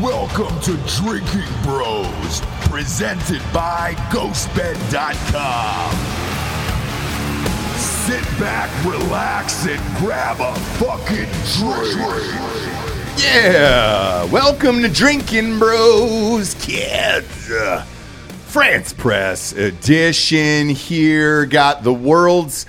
Welcome to Drinking Bros, presented by GhostBed.com. Sit back, relax, and grab a fucking drink. Yeah, welcome to Drinking Bros, kids. Uh, France Press edition here. Got the world's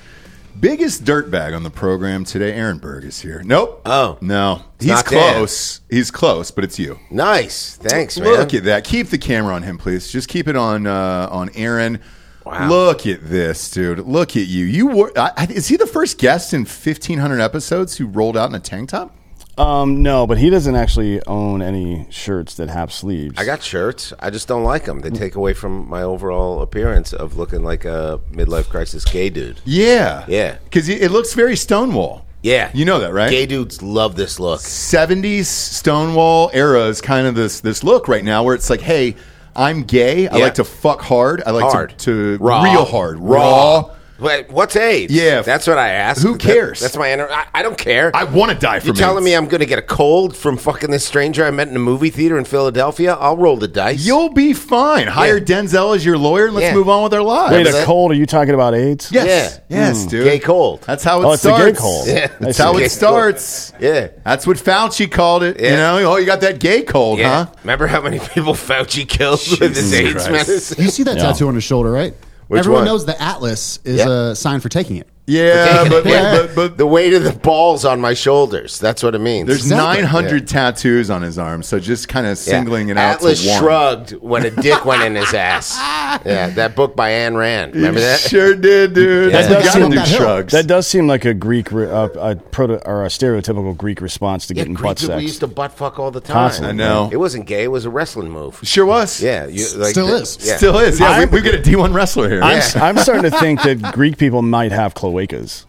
biggest dirtbag on the program today. Aaron Berg is here. Nope. Oh. no, It's he's not Dan. close. He's close, but it's you. Nice. Thanks, man. Look at that. Keep the camera on him, please. Just keep it on uh, on Aaron. Wow. Look at this, dude. Look at you. You were. I, I- is he the first guest in fifteen hundred episodes who rolled out in a tank top? Um, no, but he doesn't actually own any shirts that have sleeves. I got shirts. I just don't like them. They take away from my overall appearance of looking like a midlife crisis gay dude. Yeah. Yeah. Because it looks very Stonewall. Yeah. You know that, right? Gay dudes love this look. 70s Stonewall era is kind of this this look right now where it's like, hey, I'm gay. I Yeah. like to fuck hard. I like to- Hard. to, Raw. real hard. Raw. Wait, what's AIDS? Yeah. That's what I asked. Who That- cares? that's my inner. I, I don't care. I want to die from You're telling AIDS. me I'm going to get a cold from fucking this stranger I met in a movie theater in Philadelphia? I'll roll the dice. You'll be fine. Hire Yeah. Denzel as your lawyer and let's Yeah. move on with our lives. Wait, was a it. cold? Are you talking about AIDS? yes. Yeah. Yes, dude. Hmm. Gay cold. That's how it Oh, it's a starts. gay cold. Yeah. That's I how see. it starts. Yeah. That's what Fauci called it. You Yeah. know, oh, you got that gay cold, Yeah. huh? Remember how many people Fauci killed with his AIDS Christ. medicine? You see that Yeah. tattoo on his shoulder, right? Which Everyone one? knows the atlas is Yeah. a sign for taking it. Yeah, but, Yeah. but, but the weight of the balls on my shoulders. That's what it means. There's Exactly. 900 tattoos on his arm, so just kind of Yeah. singling it out. Atlas to one. shrugged when a dick went in his ass. Yeah, that book by Ayn Rand. Remember You that? Sure did, dude. That You does gotta seem- do that hill. shrugs. That does seem like a Greek, re- uh, a proto or a stereotypical Greek response to Yeah, getting Greek butt people sex. used to butt fuck all the time. Constantly. I know. It wasn't gay. It was a wrestling move. sure was. Yeah, you, like Still the- is. yeah. Still is. Yeah, we, I'm- we've got a D1 wrestler here. I'm, s am starting to think that Greek people might have cloacas,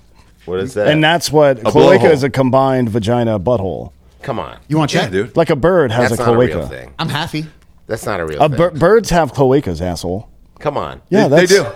What is that? and that's what A cloaca blowhole. is a combined vagina butthole. come on. You want to yeah, check? dude. Like a bird has That's a not a cloaca. real thing. I'm happy. That's not a real A thing. bir- birds have cloacas, asshole. come on. Yeah, they, they that's, do.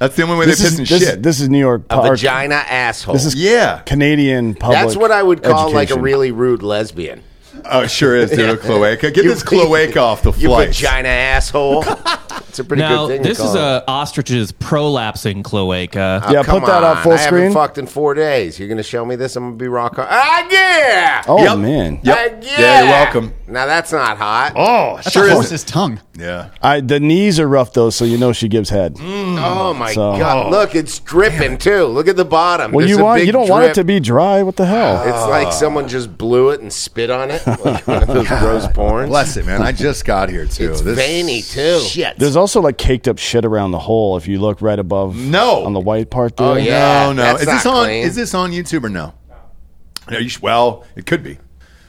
That's the only way they This piss is, and this, shit. this is New York. A or vagina asshole. This is yeah. Canadian public. That's what I would call like a education. really rude lesbian. Oh, sure is, dude. A cloaca. Get this cloaca off the You flight. vagina asshole. it's a pretty Now, good thing. to this is call it. a ostrich's prolapsing cloaca. Yeah, Come put that up on, full I haven't screen. fucked in four days. You're gonna show me this? I'm gonna be rock hard. Ah, yeah. Oh Yep. man, Yep. Ah, Yeah, you're welcome. Now that's not hot. Oh, That's sure a is. horse's tongue. Yeah. I, the knees are rough though, so you know she gives head. Mm. Oh my So- god! Look, it's dripping too. Look at the bottom. Well, There's you a want big you don't want it drip. to be Ah. dry. What the hell? It's like someone just blew it and spit on it. Like one of those gross porns. Bless it, man. I just got here, too. It's veiny too. Shit. There's also like caked up shit around the hole. If you look right above, No. on the white part there. Oh, Yeah, no, no. that's Is this, not on, clean. is this on YouTube or no? no you sh- well, it could be.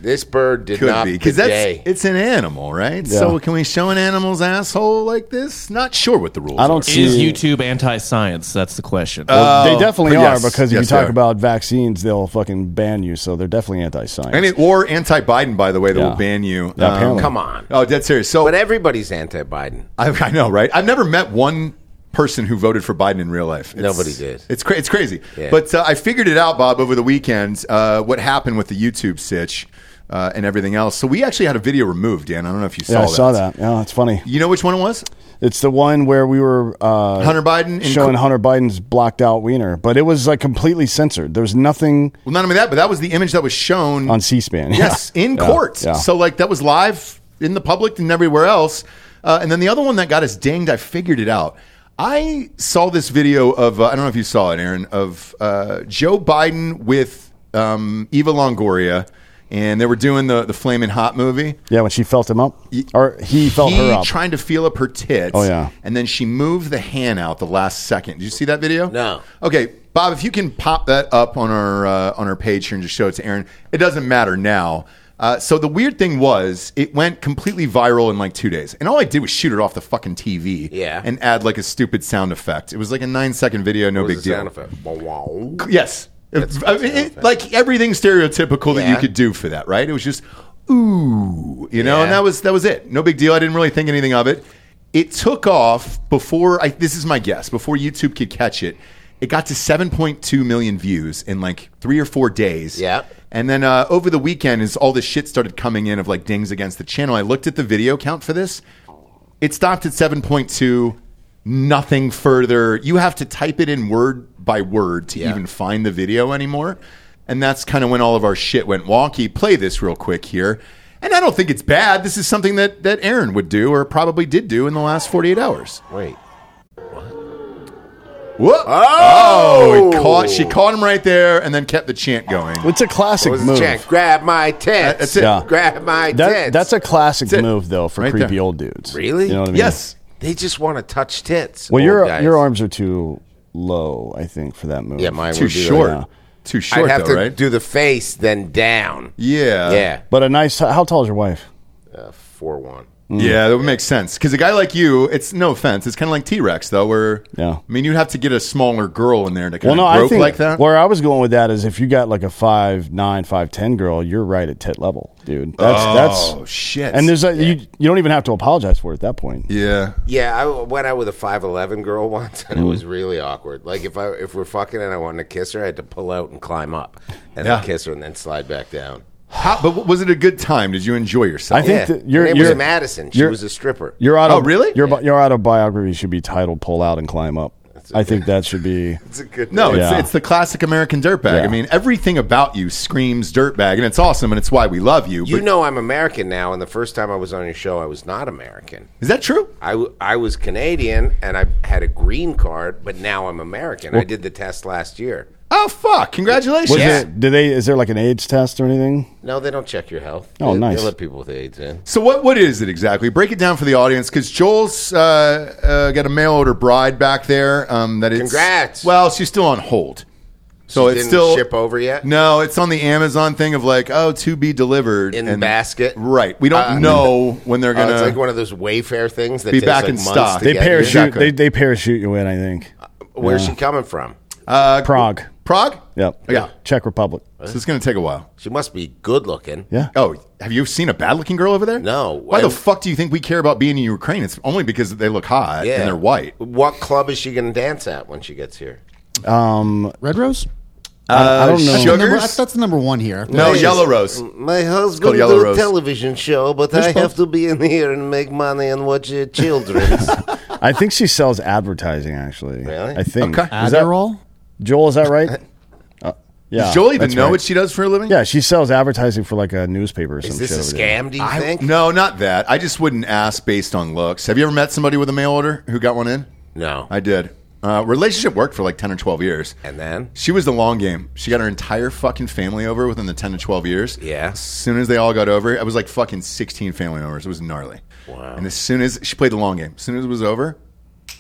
This bird did could not be because because that's it's an animal, right? Yeah. So can we show an animal's asshole like this? Not sure what the rules. I don't Are. see. Is YouTube anti-science? That's the question. they definitely Oh. yes, are because if yes, you they talk are. about vaccines, they'll fucking ban you. So they're definitely anti-science. Any, or anti-Biden, by the way, that Yeah. will ban you. Yeah, apparently. Come on. Oh, dead serious. So But everybody's anti-Biden. I, I know, right? I've never met one person who voted for Biden in real life. It's- Nobody did. It's cra- it's crazy. Yeah. But uh, I figured it out, Bob, over the weekend. Uh, what happened with the YouTube sitch uh, and everything else? So we actually had a video removed, Dan. I don't know if you saw yeah, I that. saw that. Yeah, it's funny. You know which one it was? It's the one where we were uh, Hunter Biden in showing co- Hunter Biden's blocked out wiener, but it was like completely censored. There was nothing Well, not only that, but that was the image that was shown on C-SPAN. Yeah. Yes, in Yeah, court. yeah. So like that was live in the public and everywhere else. Uh, and then the other one that got us dinged, I figured it out. I saw this video of uh, I don't know if you saw it, Aaron, of uh, Joe Biden with um, Eva Longoria, and they were doing the the Flamin' Hot movie. Yeah, when she felt him up, or he felt he her up. trying to feel up her tits. Oh, yeah. and then she moved the hand out the last second. Did you see that video? No. Okay, Bob, if you can pop that up on our uh, on our page here and just show it to Aaron. It doesn't matter now. Uh, so the weird thing was, it went completely viral in like two days, and all I did was shoot it off the fucking TV, Yeah. and add like a stupid sound effect. It was like a nine second video, no What big was the deal. sound effect? Wow, wow. Yes. That's I mean, sound it- effect. like everything stereotypical that you Yeah. could do for that, right? It was just ooh, you know, Yeah. and that was that was it. No big deal. I didn't really think anything of it. It took off before I this is my guess, before YouTube could catch it. It got to 7.2 million views in like three or four days. Yeah. And then uh, over the weekend, as all this shit started coming in of like dings against the channel, I looked at the video count for this. It stopped at 7.2, nothing further. You have to type it in word by word to even find the video anymore. And that's kind of when all of our shit went wonky. Play this real quick here. And I don't think it's bad. This is something that, that Aaron would do or probably did do in the last 48 hours. Wait. Whoa! Oh, it caught, she caught him right there and then kept the chant going. It's a classic What was the move. chant? Grab my tits. That's it. Yeah. Grab my That- tits. that's a classic it. move though for Right creepy there. old dudes. Really? You know what I mean? Yes. They just want to touch tits. Well, old your guys. your arms are too low, I think, for that move. Yeah, mine Too would be short. Like, Too short, I'd have though, to right? do the face, then down. yeah. Yeah. But a nice. How tall is your wife? Uh, Four one. Yeah, that would make sense. Because a guy like you, it's no offense, it's kind of like T Rex, though, where, Yeah. I mean, you'd have to get a smaller girl in there to Well, kind no, of I grope think like that. where I was going with that is if you got like a five nine, five ten girl, you're right at tit level, dude. That's oh, that's shit. and there's a, you you don't even have to apologize for it at that point. Yeah. Yeah, I went out with a five eleven girl once, and it was really awkward. Like if I if we're fucking and I wanted to kiss her, I had to pull out and climb up, and Yeah. then kiss her, and then slide back down. How, but was it a good time? Did you enjoy yourself? I think Yeah, that you're- her name you're- was Madison. She you're- was a stripper. Your auto, Oh, really? Your bi- your autobiography should be titled "Pull Out and Climb Up." I think that should be. It's a good No, name. it's, Yeah. it's the classic American dirtbag. Yeah. I mean, everything about you screams dirtbag, and it's awesome, and it's why we love you. You but know I'm American now, and the first time I was on your show, I was not American. is that true? I, w- I was Canadian, and I had a green card, but now I'm American. I did the test last year. Oh fuck! Congratulations. Was Yeah. it? Do they? Is there like an AIDS test or anything? No, they don't check your health. Oh, they, nice. They let people with AIDS in. So what what is it exactly? Break it down for the audience because Joel's uh, uh, got a mail order bride back there. Um, that is Congrats. Well, she's still on hold. So She it's didn't still ship over yet? No, it's on the Amazon thing of like, oh, to be delivered In the basket? Right. We don't Uh, know when they're Oh, gonna. it's like one of those Wayfair things that Be takes back like in months stock. to They get here. parachute. exactly. They they parachute you in. I think Where's she coming from? uh, Prague. Prague. Yep. Yeah. Czech Republic. So it's gonna take a while. She must be good looking. Yeah. Oh, have you seen a bad looking girl over there? No. Why the And- fuck do you think we care about being in Ukraine? It's only because they look hot and they're white. What club is she going to dance at when she gets here? Red Rose? I don't know. Sugars? Number, that's, that's the number one here. No, Yellow Rose. My called husband Yellow do a Rose. television show, but I have to be in here and make money and watch your children's. I think she sells advertising. Actually, Really? I think. Okay. Is that Adderall? Joel? Is that right? Uh, yeah. Does Joel even that's know right. what she does for a living? Yeah, she sells advertising for like a newspaper or some is this shit. a over there. scam, do you think? No, not that. I just wouldn't ask based on looks. Have you ever met somebody with a mail order who got one in? No. I did. Uh, relationship worked for like 10 or 12 years. and then? She was the long game. She got her entire fucking family over within the 10 to 12 years. Yeah. As soon as they all got over, I was like fucking 16 family members. It was gnarly. Wow. And as soon as she played the long game, as soon as it was over,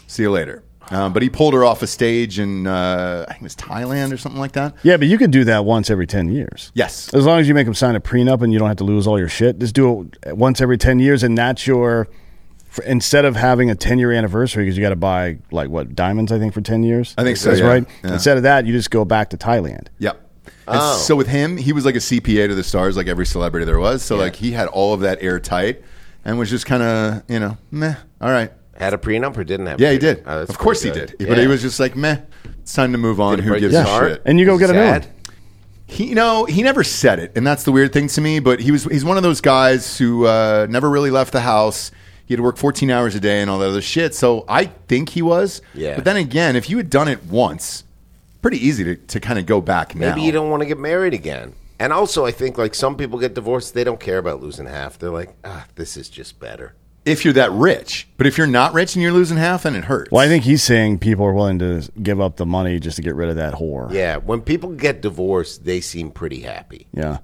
see you later. Um, but he pulled her off a stage in, uh, I think it was Thailand or something like that. Yeah, but you could do that once every ten years. Yes. As long as you make them sign a prenup and you don't have to lose all your shit, just do it once every 10 years. And that's your, for, instead of having a 10 year anniversary, because you got to buy, like, what, diamonds, I think, for 10 years? I think so, That's yeah. right. Yeah. Instead of that, you just go back to Thailand. Yep. And Oh. so with him, he was like a CPA to the stars, like every celebrity there was. So like he had all of that airtight, and was just kind of you know meh. All right. Had a prenup or didn't have Yeah, a he prenup? did. Oh, that's of course he pretty did. good. But he Yeah. was just like meh. It's time to move on. Did it Who break gives his a heart? shit? And you go get a new Sad. one. He, you know, he never said it, and that's the weird thing to me. But he was—he's one of those guys who uh, never really left the house. He had to work 14 hours a day and all that other shit. So I think he was. Yeah. But then again, if you had done it once, pretty easy to, to kind of go back now. Maybe you don't want to get married again. And also, I think like some people get divorced, they don't care about losing half. They're like, ah, this is just better. if you're that rich. But if you're not rich and you're losing half, then it hurts. Well, I think he's saying people are willing to give up the money just to get rid of that whore. Yeah, when people get divorced, they seem pretty happy. Yeah.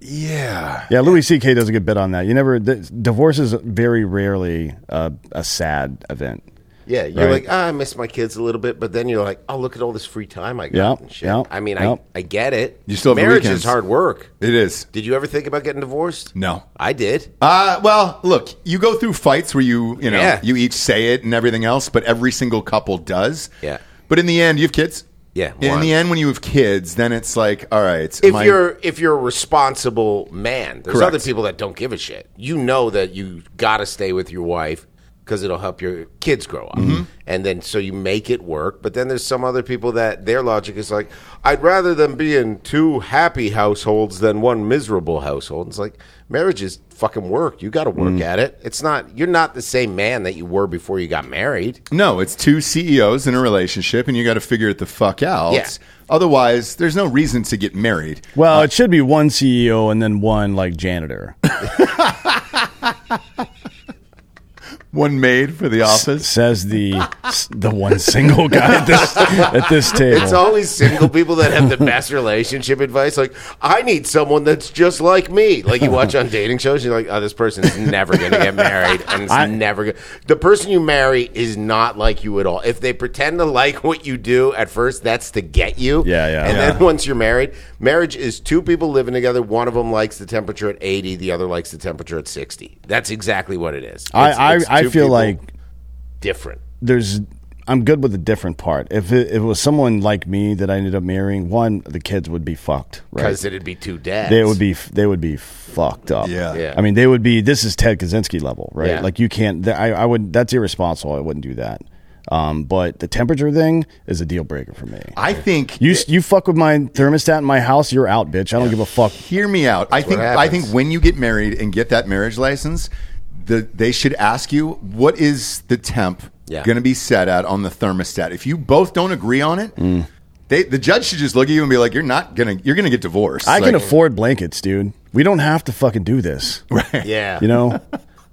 Yeah. Yeah, Louis C.K. does a good bit on that. You never, th- divorce is very rarely uh, a sad event. Yeah, you're Right. like, ah, I miss my kids a little bit, but then you're like, oh, look at all this free time I got Yep, and shit. yep, I mean, yep. I, I get it. You still have the marriage weekends. is hard work. It is. Did you ever think about getting divorced? No. I did. Uh, well, look, you go through fights where you, you know, Yeah. you each say it and everything else, but every single couple does. Yeah. But in the end, you have kids. Yeah, In one. the end, when you have kids, then it's like, all right. if my- you're if you're a responsible man, there's Correct. other people that don't give a shit. You know that you got to stay with your wife. because it'll help your kids grow up. Mm-hmm. And then so you make it work. But then there's some other people that their logic is like, I'd rather them be in two happy households than one miserable household. It's like marriage is fucking work. You got to Mm. work at it. It's not you're not the same man that you were before you got married. No, it's two CEOs in a relationship, and you got to figure it the fuck out. Yeah. Otherwise, there's no reason to get married. Well, it should be one CEO and then one like janitor. One maid for the office. says the the one single guy at this at this table. It's always single people that have the best relationship advice. Like, I need someone that's just like me. Like you watch on dating shows, you're like, oh, this person's never going to get married, and it's I- never going. The person you marry is not like you at all. If they pretend to like what you do at first, that's to get you. Yeah, yeah. And then Yeah. once you're married, marriage is two people living together. One of them likes the temperature at 80, the other likes the temperature at 60. That's exactly what it is. It's- I, it's I, I two feel people like different. there's I'm good with the different part. If it, if it was someone like me that I ended up marrying, one the kids would be fucked, right? Because it'd be two dads. They would be they would be fucked up. Yeah. Yeah. I mean, they would be. This is Ted Kaczynski level, right? Yeah. Like you can't. th- I, I would. That's irresponsible. I wouldn't do that. Um, but the temperature thing is a deal breaker for me. I think You you fuck with my thermostat in my house, you're out, bitch. I don't give a fuck. hear me out. I think I happens. think when you get married and get that marriage license, the, they should ask you what is the temp Yeah. going to be set at on the thermostat. If you both don't agree on it, Mm. they, the judge should just look at you and be like, "You're not gonna you're gonna get divorced." I can Like, afford blankets, dude. We don't have to fucking do this. Yeah. You know,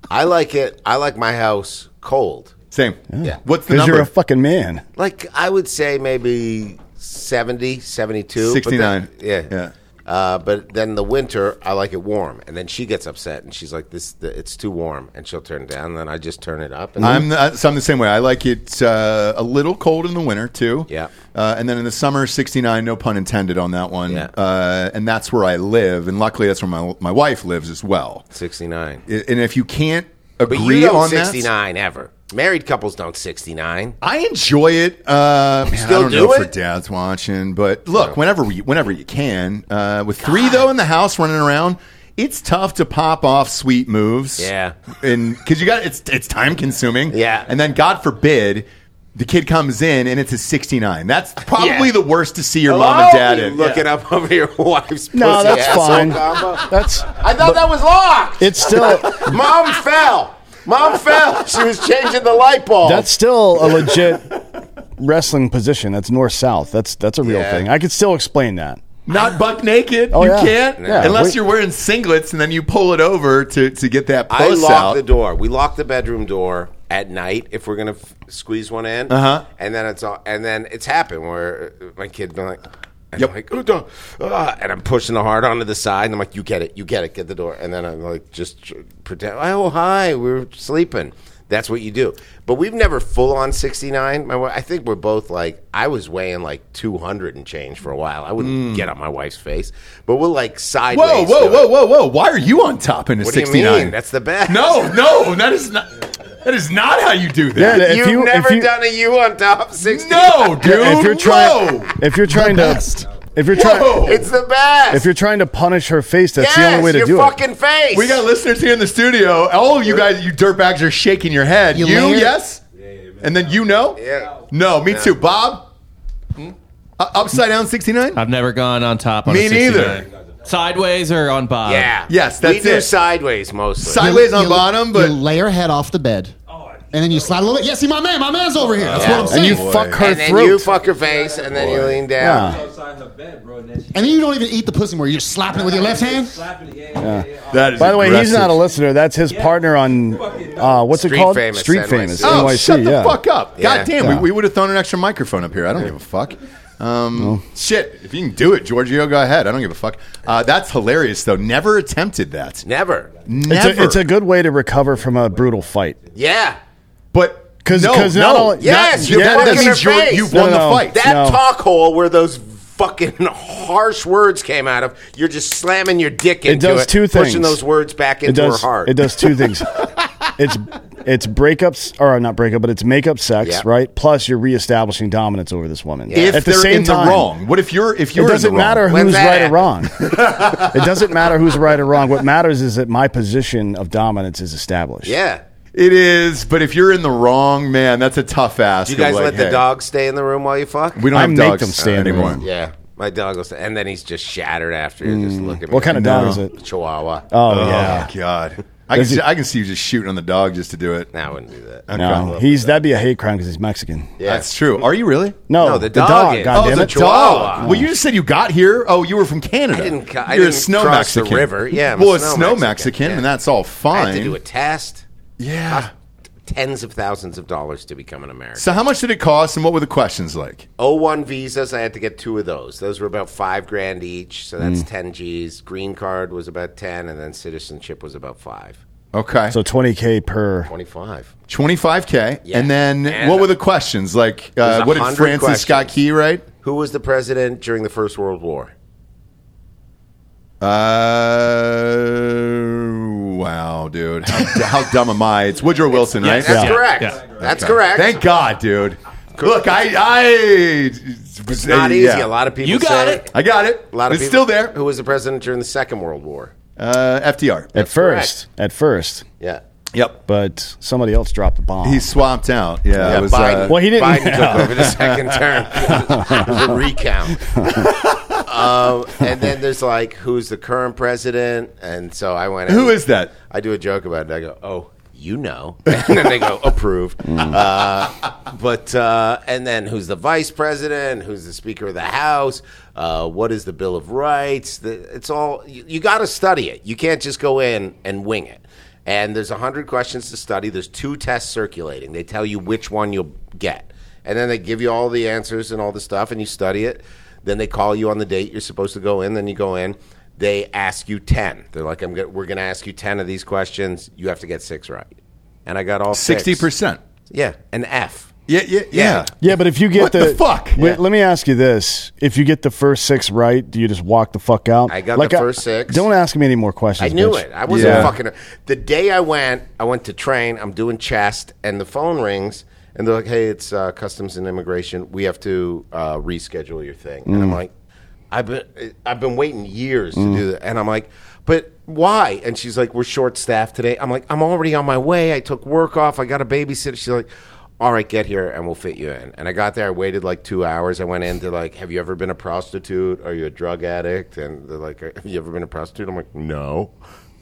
I like it. I like my house cold. same. Yeah. What's the because number? you're a fucking man. Like I would say maybe 70, 72. but 69. then- yeah. Yeah. Uh, but then the winter, I like it warm, and then she gets upset, and she's like, "This, the, it's too warm," and she'll turn it down. And then I just turn it up. And I'm the, so I'm the same way. I like it uh, a little cold in the winter too. Yeah. Uh, and then in the summer, 69, no pun intended on that one. Yeah. Uh, and that's where I live, and luckily that's where my my wife lives as well. sixty nine. I- And if you can't But agree you don't on sixty that, nine ever. Married couples don't sixty nine. I enjoy it. Uh, man, Still I don't do know it? for dad's watching, but look, whenever you, whenever you can, uh, with three though in the house running around. It's tough to pop off sweet moves, Yeah. and because you got it's it's time consuming, Yeah. And then God forbid the kid comes in and it's a sixty nine. That's probably Yeah. the worst to see your mom and dad in. looking up over your wife's. No, pussy that's asshole fine. combo. That's I thought that was locked. it's still Mom fell. Mom fell. She was changing the light bulb. that's still a legit wrestling position. That's north south. That's that's a real Yeah. thing. I could still explain that. Not buck naked. Oh, you yeah. can't Yeah. unless Wait. you're wearing singlets and then you pull it over to to get that I puss lock out. the door. We lock the bedroom door at night if we're gonna f- squeeze one in. Uh-huh. And then it's all. And then it's happened where uh, my kid been like. And Yep. I'm like, "Oh, duh, ah," and I'm pushing the hard onto the side, and I'm like, "You get it, you get it, get the door." And then I'm like, just tr- pretend. Oh, hi, we we're sleeping. That's what you do. But we've never full on 69. My, wi- I think we're both like, I was weighing like 200 and change for a while. I wouldn't get on my wife's face, but we'll like sideways. Hmm. Whoa, whoa, do it. whoa, whoa, whoa! Why are you on top in a What do you sixty nine? mean? That's the best. No, no, that is not. That is not how you do that. Yeah, You've never done a U on top 60. no, dude. If you're trying, Whoa. if you're trying best. to, if you're Whoa. trying, It's the best. if you're trying to punish her face, that's yes, the only way to your do it. fucking face. we got listeners here in the studio. All of you guys, you dirtbags, are shaking your head. You, You layered- yes, and then you know. Yeah. Hmm? No, me too, Bob. Uh, upside down sixty nine. I've never gone on top on Me a 69. Sideways or on bottom. Yeah. Yes, we that's do it. sideways mostly. Sideways on You- bottom, you but lay your head off the bed, and then you slide a little bit. Yeah, see, my man, my man's over here. That's Yeah. what I'm And saying. you And, fuck her and then throat. you fuck her face, and then you lean down. Yeah. outside her bed, bro. And then she then you don't even eat the pussy more. You're just slapping it with your left hand. slapping it. Yeah, yeah, yeah. that is. By the way, he's aggressive. not a listener. That's his partner on uh, what's Street it called? Famous, Street NYC. Famous. Oh, NYC, shut the yeah. fuck up! Yeah. God damn, Yeah. we, we would have thrown an extra microphone up here. I don't give a fuck. Um, Shit, if you can do it, Giorgio, go ahead. I don't give a fuck. Uh, that's hilarious, though. Never attempted that. Never. Never. It's a, it's a good way to recover from a brutal fight. Yeah. but 'Cause- no, 'cause not no. all- Yes, That- you're that, fucking means her you're- face. you No, won no. the fight. That No. talk hole where those fucking harsh words came out of, you're just slamming your dick into it. It does two things. Pushing those words back into it does, her heart. It does two things. it's it's breakups or not breakup, but it's makeup sex, Yeah. right? Plus you're reestablishing dominance over this woman. If At the they're same in time, the wrong, what if you're if you're in It the doesn't wrong? matter When's who's that right or happen? wrong. it doesn't matter who's right or wrong. What matters is that my position of dominance is established. Yeah. It is, but if you're in the wrong man, that's a tough ask. Do you of guys like, let hey, the dog stay in the room while you fuck? We don't I have make dogs them stay in the anymore. room. yeah, my dog will stay, and then he's just shattered after. you Mm. Just look at me. What kind of dog No. is it? Chihuahua. Oh, Oh yeah. God, I can, There's see, a- I can see you just shooting on the dog just to do it. Nah, I wouldn't do that. No, he's that'd be a hate crime because he's Mexican. Yeah. That's true. Are you really? No, No, the the, dog dog. is. God oh, damn the it. Chihuahua. dog. Well, you just said you got here. Oh, you were from Canada. I didn't co- I You're a didn't snow cross the Mexican. river. Yeah, I'm a well, a snow snow, Mexican, Mexican, yeah. and that's all I fine. had to do a test. Yeah. Tens of thousands of dollars to become an American. So, how much did it cost, and what were the questions like? O1 visas, I had to get two of those. Those were about five grand each, so Mm. that's 10 G's. Green card was about 10, and then citizenship was about five. Okay, So twenty k per. 25. 25k, Yeah. and then And- what were the questions like? There's Uh, a what did hundred Francis Scott questions. Key write? Who was the president during the First World War? Uh, wow, dude, how, how dumb am I? It's Woodrow Wilson, right? That's correct. Yeah. That's correct. Thank God, dude. Look, I, I uh, it's not easy. A lot of people You got say- it. I got it. A lot of it's still people- there. Who was the president during the Second World War? Uh, FDR. At first, at first, Yeah. Yep. but somebody else dropped the bomb. He swapped out. Yeah, Yeah, it was, Biden. uh, Well, he didn't- Biden took over the second term. It was a recount. um, and then there's like, who's the current president? And so I went. who is that? I do a joke about it. I go, oh, you know. And then they go, approve. Uh, but, uh, and then who's the vice president? Who's the Speaker of the House? Uh, what is the Bill of Rights? The, it's all, you, you got to study it. You can't just go in and wing it. And there's 100 questions to study. There's two tests circulating. They tell you which one you'll get. And then they give you all the answers and all the stuff, and you study it. Then they call you on the date you're supposed to go in. Then you go in. They ask you ten. They're like, "I'm gonna, we're going to ask you ten of these questions. You have to get six right." And I got all six. Sixty percent. Yeah, an F. Yeah, yeah, yeah. yeah, but if you get What the fuck? Wait, Yeah. Let me ask you this: If you get the first six right, do you just walk the fuck out? I got the first six. Don't ask me any more I questions. knew bitch. it. I wasn't Yeah. fucking. The day I went, I went to train. I'm doing chest, and the phone rings, and they're like, "Hey, it's uh, customs and immigration. We have to uh, reschedule your thing." And I'm like, "I've been eh, I've been waiting years to do that," and I'm like, "But why?" And she's like, "We're short staffed today." I'm like, "I'm already on my way. I took work off. I got a babysitter." She's like. All right, get here and we'll fit you in. And I got there. I waited like two hours. I went in. They're like, "Have you ever been a prostitute? Are you a drug addict?" And they're like, "Have you ever been a prostitute?" I'm like, "No."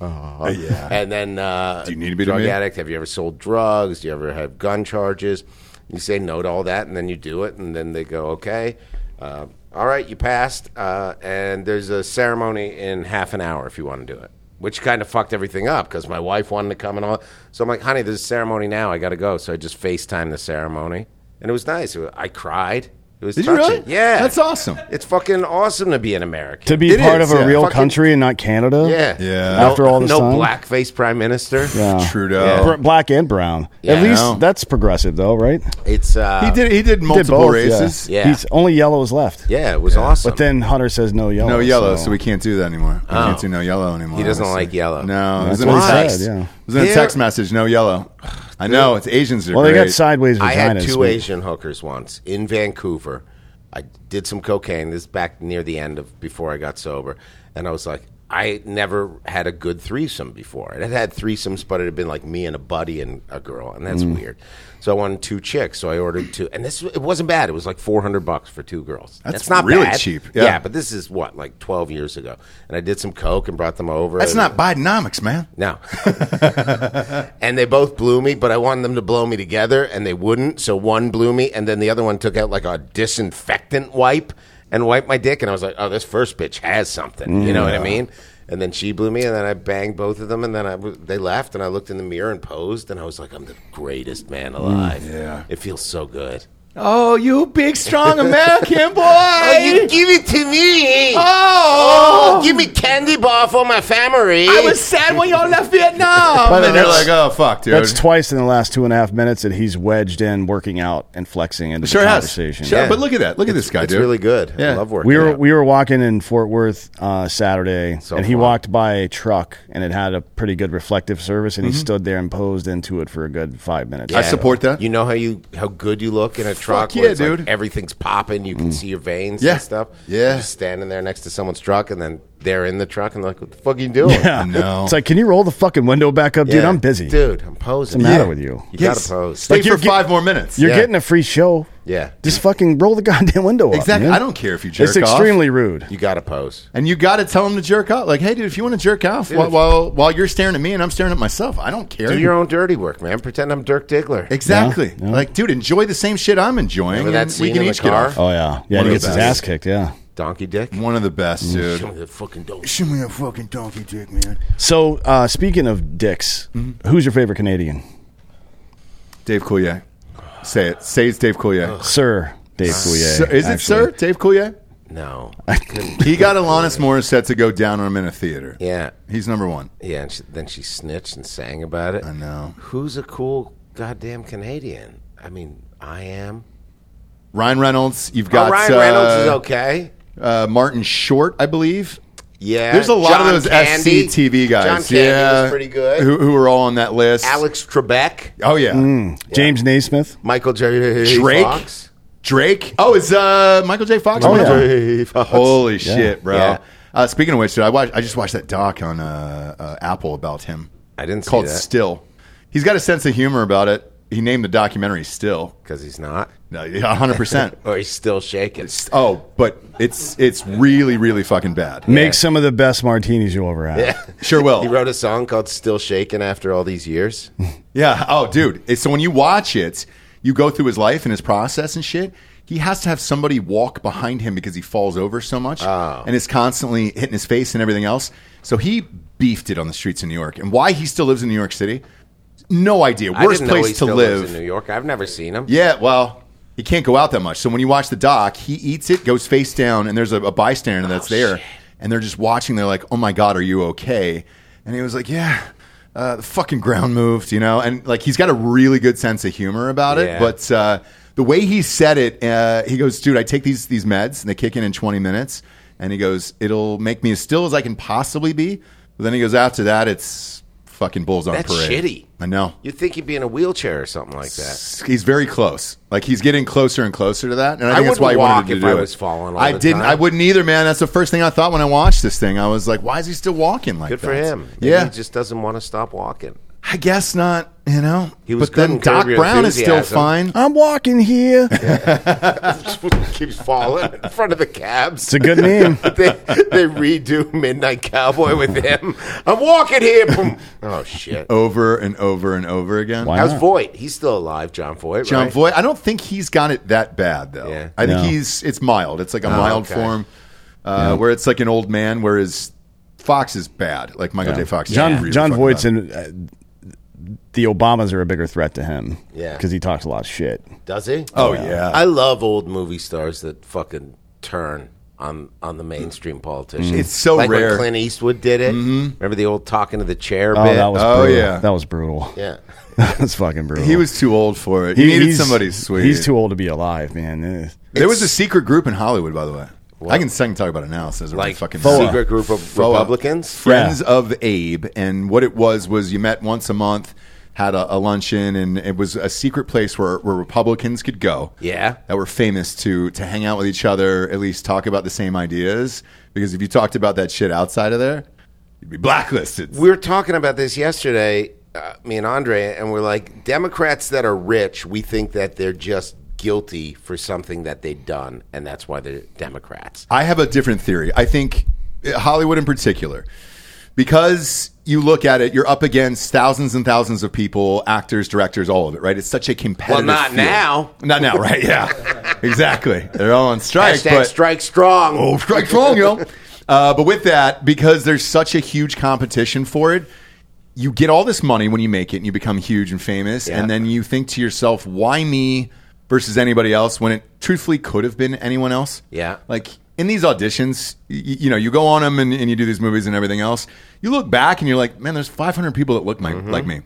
yeah. And then, uh, Do you need to be drug to me? addict? Have you ever sold drugs? Do you ever have gun charges? You say no to all that, and then you do it, and then they go, okay, uh, all right, you passed, uh, and there's a ceremony in half an hour if you want to do it. Which kind of fucked everything up because my wife wanted to come and all. So I'm like, honey, there's a ceremony now. I got to go. So I just FaceTime the ceremony. And it was nice. It was- I cried. It was Did you touching. really? Yeah. That's awesome. It's fucking awesome to be an American. To be It part is, of a yeah. real Fucking- country and not Canada. Yeah. Yeah. After all this no time? blackface prime minister. Yeah. Trudeau. Br- black and brown. Yeah. At least No. that's progressive, though, right? It's uh, He did. He did He did multiple both, yeah. races. Yeah. He's only yellow is left. Yeah, it was awesome. But then Hunter says no yellow. No yellow, so. we can't do that anymore. We Oh. can't do no yellow anymore. He doesn't obviously. like yellow. No, it was, in what a he text. said, yeah. it was in a Here- text message. No yellow. I know it's Asians are Well, they great. got sideways vaginas. I had two man. Asian hookers once in Vancouver. I did some cocaine. This is back near the end of before I got sober, and I was like, I never had a good threesome before. I had had threesomes, but it had been like me and a buddy and a girl, and Mm. that's weird. So I wanted two chicks. So I ordered two, and this it wasn't bad. It was like four hundred bucks for two girls. That's not really bad. cheap. Yeah. Yeah. but this is what like twelve years ago, and I did some coke and brought them over. That's and- not Bidenomics, man. No. and they both blew me, but I wanted them to blow me together, and they wouldn't. So one blew me, and then the other one took out like a disinfectant wipe and wiped my dick. And I was like, oh, this first bitch has something. You know what Mm. I mean? And then she blew me, and then I banged both of them, and then I w- they left, and I looked in the mirror and posed, and I was like, I'm the greatest Mm, man alive. yeah. It feels so good. Oh, you big strong American boy! Oh, you give it to me. Oh! give me candy bar for my family. sad when y'all left Vietnam. But and they're like, that's- oh fuck, dude. That's twice in the last two and a half minutes that he's wedged in working out and flexing into sure the has. conversation. Sure, but look at that. Look at this guy, It's dude. really good. I Yeah. love working. We were out. we were walking in Fort Worth uh, Saturday, So and he fun. walked by a truck, and it had a pretty good reflective Mm-hmm. service, and he stood there and posed into it for a good five minutes. I support that. You know how you how good you look in a truck. Fuck yeah, where it's like dude. everything's popping. You can see your veins Yeah. and stuff. Yeah. You're just standing there next to someone's truck, and then they're in the truck, and they're like, what the fuck are you doing? Yeah. No. It's like, can you roll the fucking window back up, dude? Yeah. I'm busy. Dude, I'm posing. What's the matter with you? You Yes. gotta pose. Stay Like, you're for get- five more minutes. You're Yeah. getting a free show. Yeah. Just fucking roll the goddamn window up. Exactly. man. I don't care if you jerk It's off. extremely rude. You gotta pose. And you got to tell him to jerk off. Like, hey, dude, if you want to jerk off while, while while you're staring at me and I'm staring at myself, I don't care. Do your own dirty work, man. Pretend I'm Dirk Diggler. exactly. Yeah, yeah. Like, dude, enjoy the same shit I'm enjoying. Remember that and scene in the get car? off. Oh yeah, yeah. One He of gets the his best. ass kicked. Yeah. Donkey dick. One of the best, dude. Show me the fucking dope. Show me a fucking donkey dick, man. So uh, speaking of dicks, Mm-hmm. who's your favorite Canadian, Dave Coulier. Say it. Say it's Dave Coulier. Sir Dave Coulier? Sir- is it actually. sir? Dave Coulier? No. He got Alanis Morissette to go down on him in a theater. yeah. He's number one. Yeah. And she, then she snitched and sang about it. I know. Who's a cool goddamn Canadian? I mean, I am. Ryan Reynolds. You've got Oh, Ryan Reynolds uh, is okay. uh, Martin Short, I believe. Yeah. There's a lot Uh, John of those Candy. SCTV guys. John Candy yeah, was pretty good. Who, who are all on that list? Alex Trebek. Oh yeah, Mm. James Naismith. Michael J. Drake? Fox. Drake. Oh, it's uh, Michael J. Fox. Oh, on yeah. that? J. Fox. Holy shit, bro. Yeah. Uh, speaking of which, dude, I watched. I just watched that doc on uh, uh, Apple about him. I didn't see called that. Still. He's got a sense of humor about it. He named the documentary Still. Because he's not. No, hundred percent. Or he's still shaking. Oh, but it's it's really really fucking bad. Make some of the best martinis you'll ever have. Sure will. He wrote a song called Still Shaking after all these years. Yeah. Oh, dude. It's, so when you watch it, you go through his life and his process and shit. He has to have somebody walk behind him because he falls over so much Oh. and is constantly hitting his face and everything else. So he beefed it on the streets of New York. And why he still lives in New York City? No idea. I Worst didn't know he place to still lives live. in New York. I've never seen him. Yeah, well, he can't go out that much. So when you watch the doc, he eats it, goes face down, and there's a, a bystander that's Oh, there, and they're just watching. They're like, "Oh my god, are you okay?" And he was like, "Yeah." Uh, the fucking ground moved, you know, and like he's got a really good sense of humor about it. Yeah. But uh, the way he said it, uh, he goes, "Dude, I take these these meds, and they kick in in 20 minutes." And he goes, "It'll make me as still as I can possibly be." But then he goes, "After that, it's fucking bulls on That's parade." shitty. I know You'd think he'd be in a wheelchair or something like that. he's very close. Like he's getting closer and closer to that, and I I think that's wouldn't why he walk wanted to if do I it. was falling all I the didn't. time. I wouldn't either, man. That's the first thing I thought when I watched this thing. I was like, why is he still walking like Good that? for him. Maybe Yeah, He just doesn't want to stop walking. I guess not. You know, He was but good then in Curb Doc Your Brown is still Enthusiasm. fine. I'm walking here. Keeps falling in front of the cabs. It's a good name. they, they redo Midnight Cowboy with him. I'm walking here. Boom. Oh, shit. Over and over and over again. Why How's not? Voight? He's still alive, John Voight. John right? Voight. I don't think he's got it that bad though. Yeah. Oh, I think No. he's it's mild. It's like a mild okay. form uh, where it's like an old man, whereas Fox is bad. Like Michael J. Fox. is John really John fucking Voight's bad. in. Uh, the Obamas are a bigger threat to him. Yeah. because he talks a lot of shit. Does he? Oh, yeah. I love old movie stars that fucking turn on on the mainstream politician. It's so like rare. Mm-hmm. When Clint Eastwood did it. Remember the old talking to the chair Oh, bit? Oh, that was Oh, brutal. yeah. that was brutal. yeah. that was fucking brutal. He was too old for it. He, Oh. He- needed he's- somebody sweet. He's too old to be alive, man. Eh. There was a secret group in Hollywood, by the way. I can second talk about it now. So there's a Like fucking secret group of FOA. Republicans. Friends Yeah. of Abe, and what it was was you met once a month, had a, a luncheon, and it was a secret place where, where Republicans could go. Yeah. that were famous to to hang out with each other, at least talk about the same ideas. Because if you talked about that shit outside of there, you'd be blacklisted. We were talking about this yesterday, uh, me and Andre, and we're like, Democrats that are rich, we think that they're just guilty for something that they've done, and that's why they're Democrats. I have a different theory. I think uh, Hollywood in particular, because you look at it, you're up against thousands and thousands of people, actors, directors, all of it, right? It's such a competitive. Well, not field. now. Not now, right? Yeah, exactly. They're all on strike. Hashtag but strike strong. oh, strike strong, yo. Uh, but with that, because there's such a huge competition for it, you get all this money when you make it and you become huge and famous. Yeah. And then you think to yourself, why me versus anybody else when it truthfully could have been anyone else? Yeah. Like in these auditions, you, you know, you go on them and, and you do these movies and everything else. You look back and you're like, man, there's 500 people that look my, Mm-hmm. like me.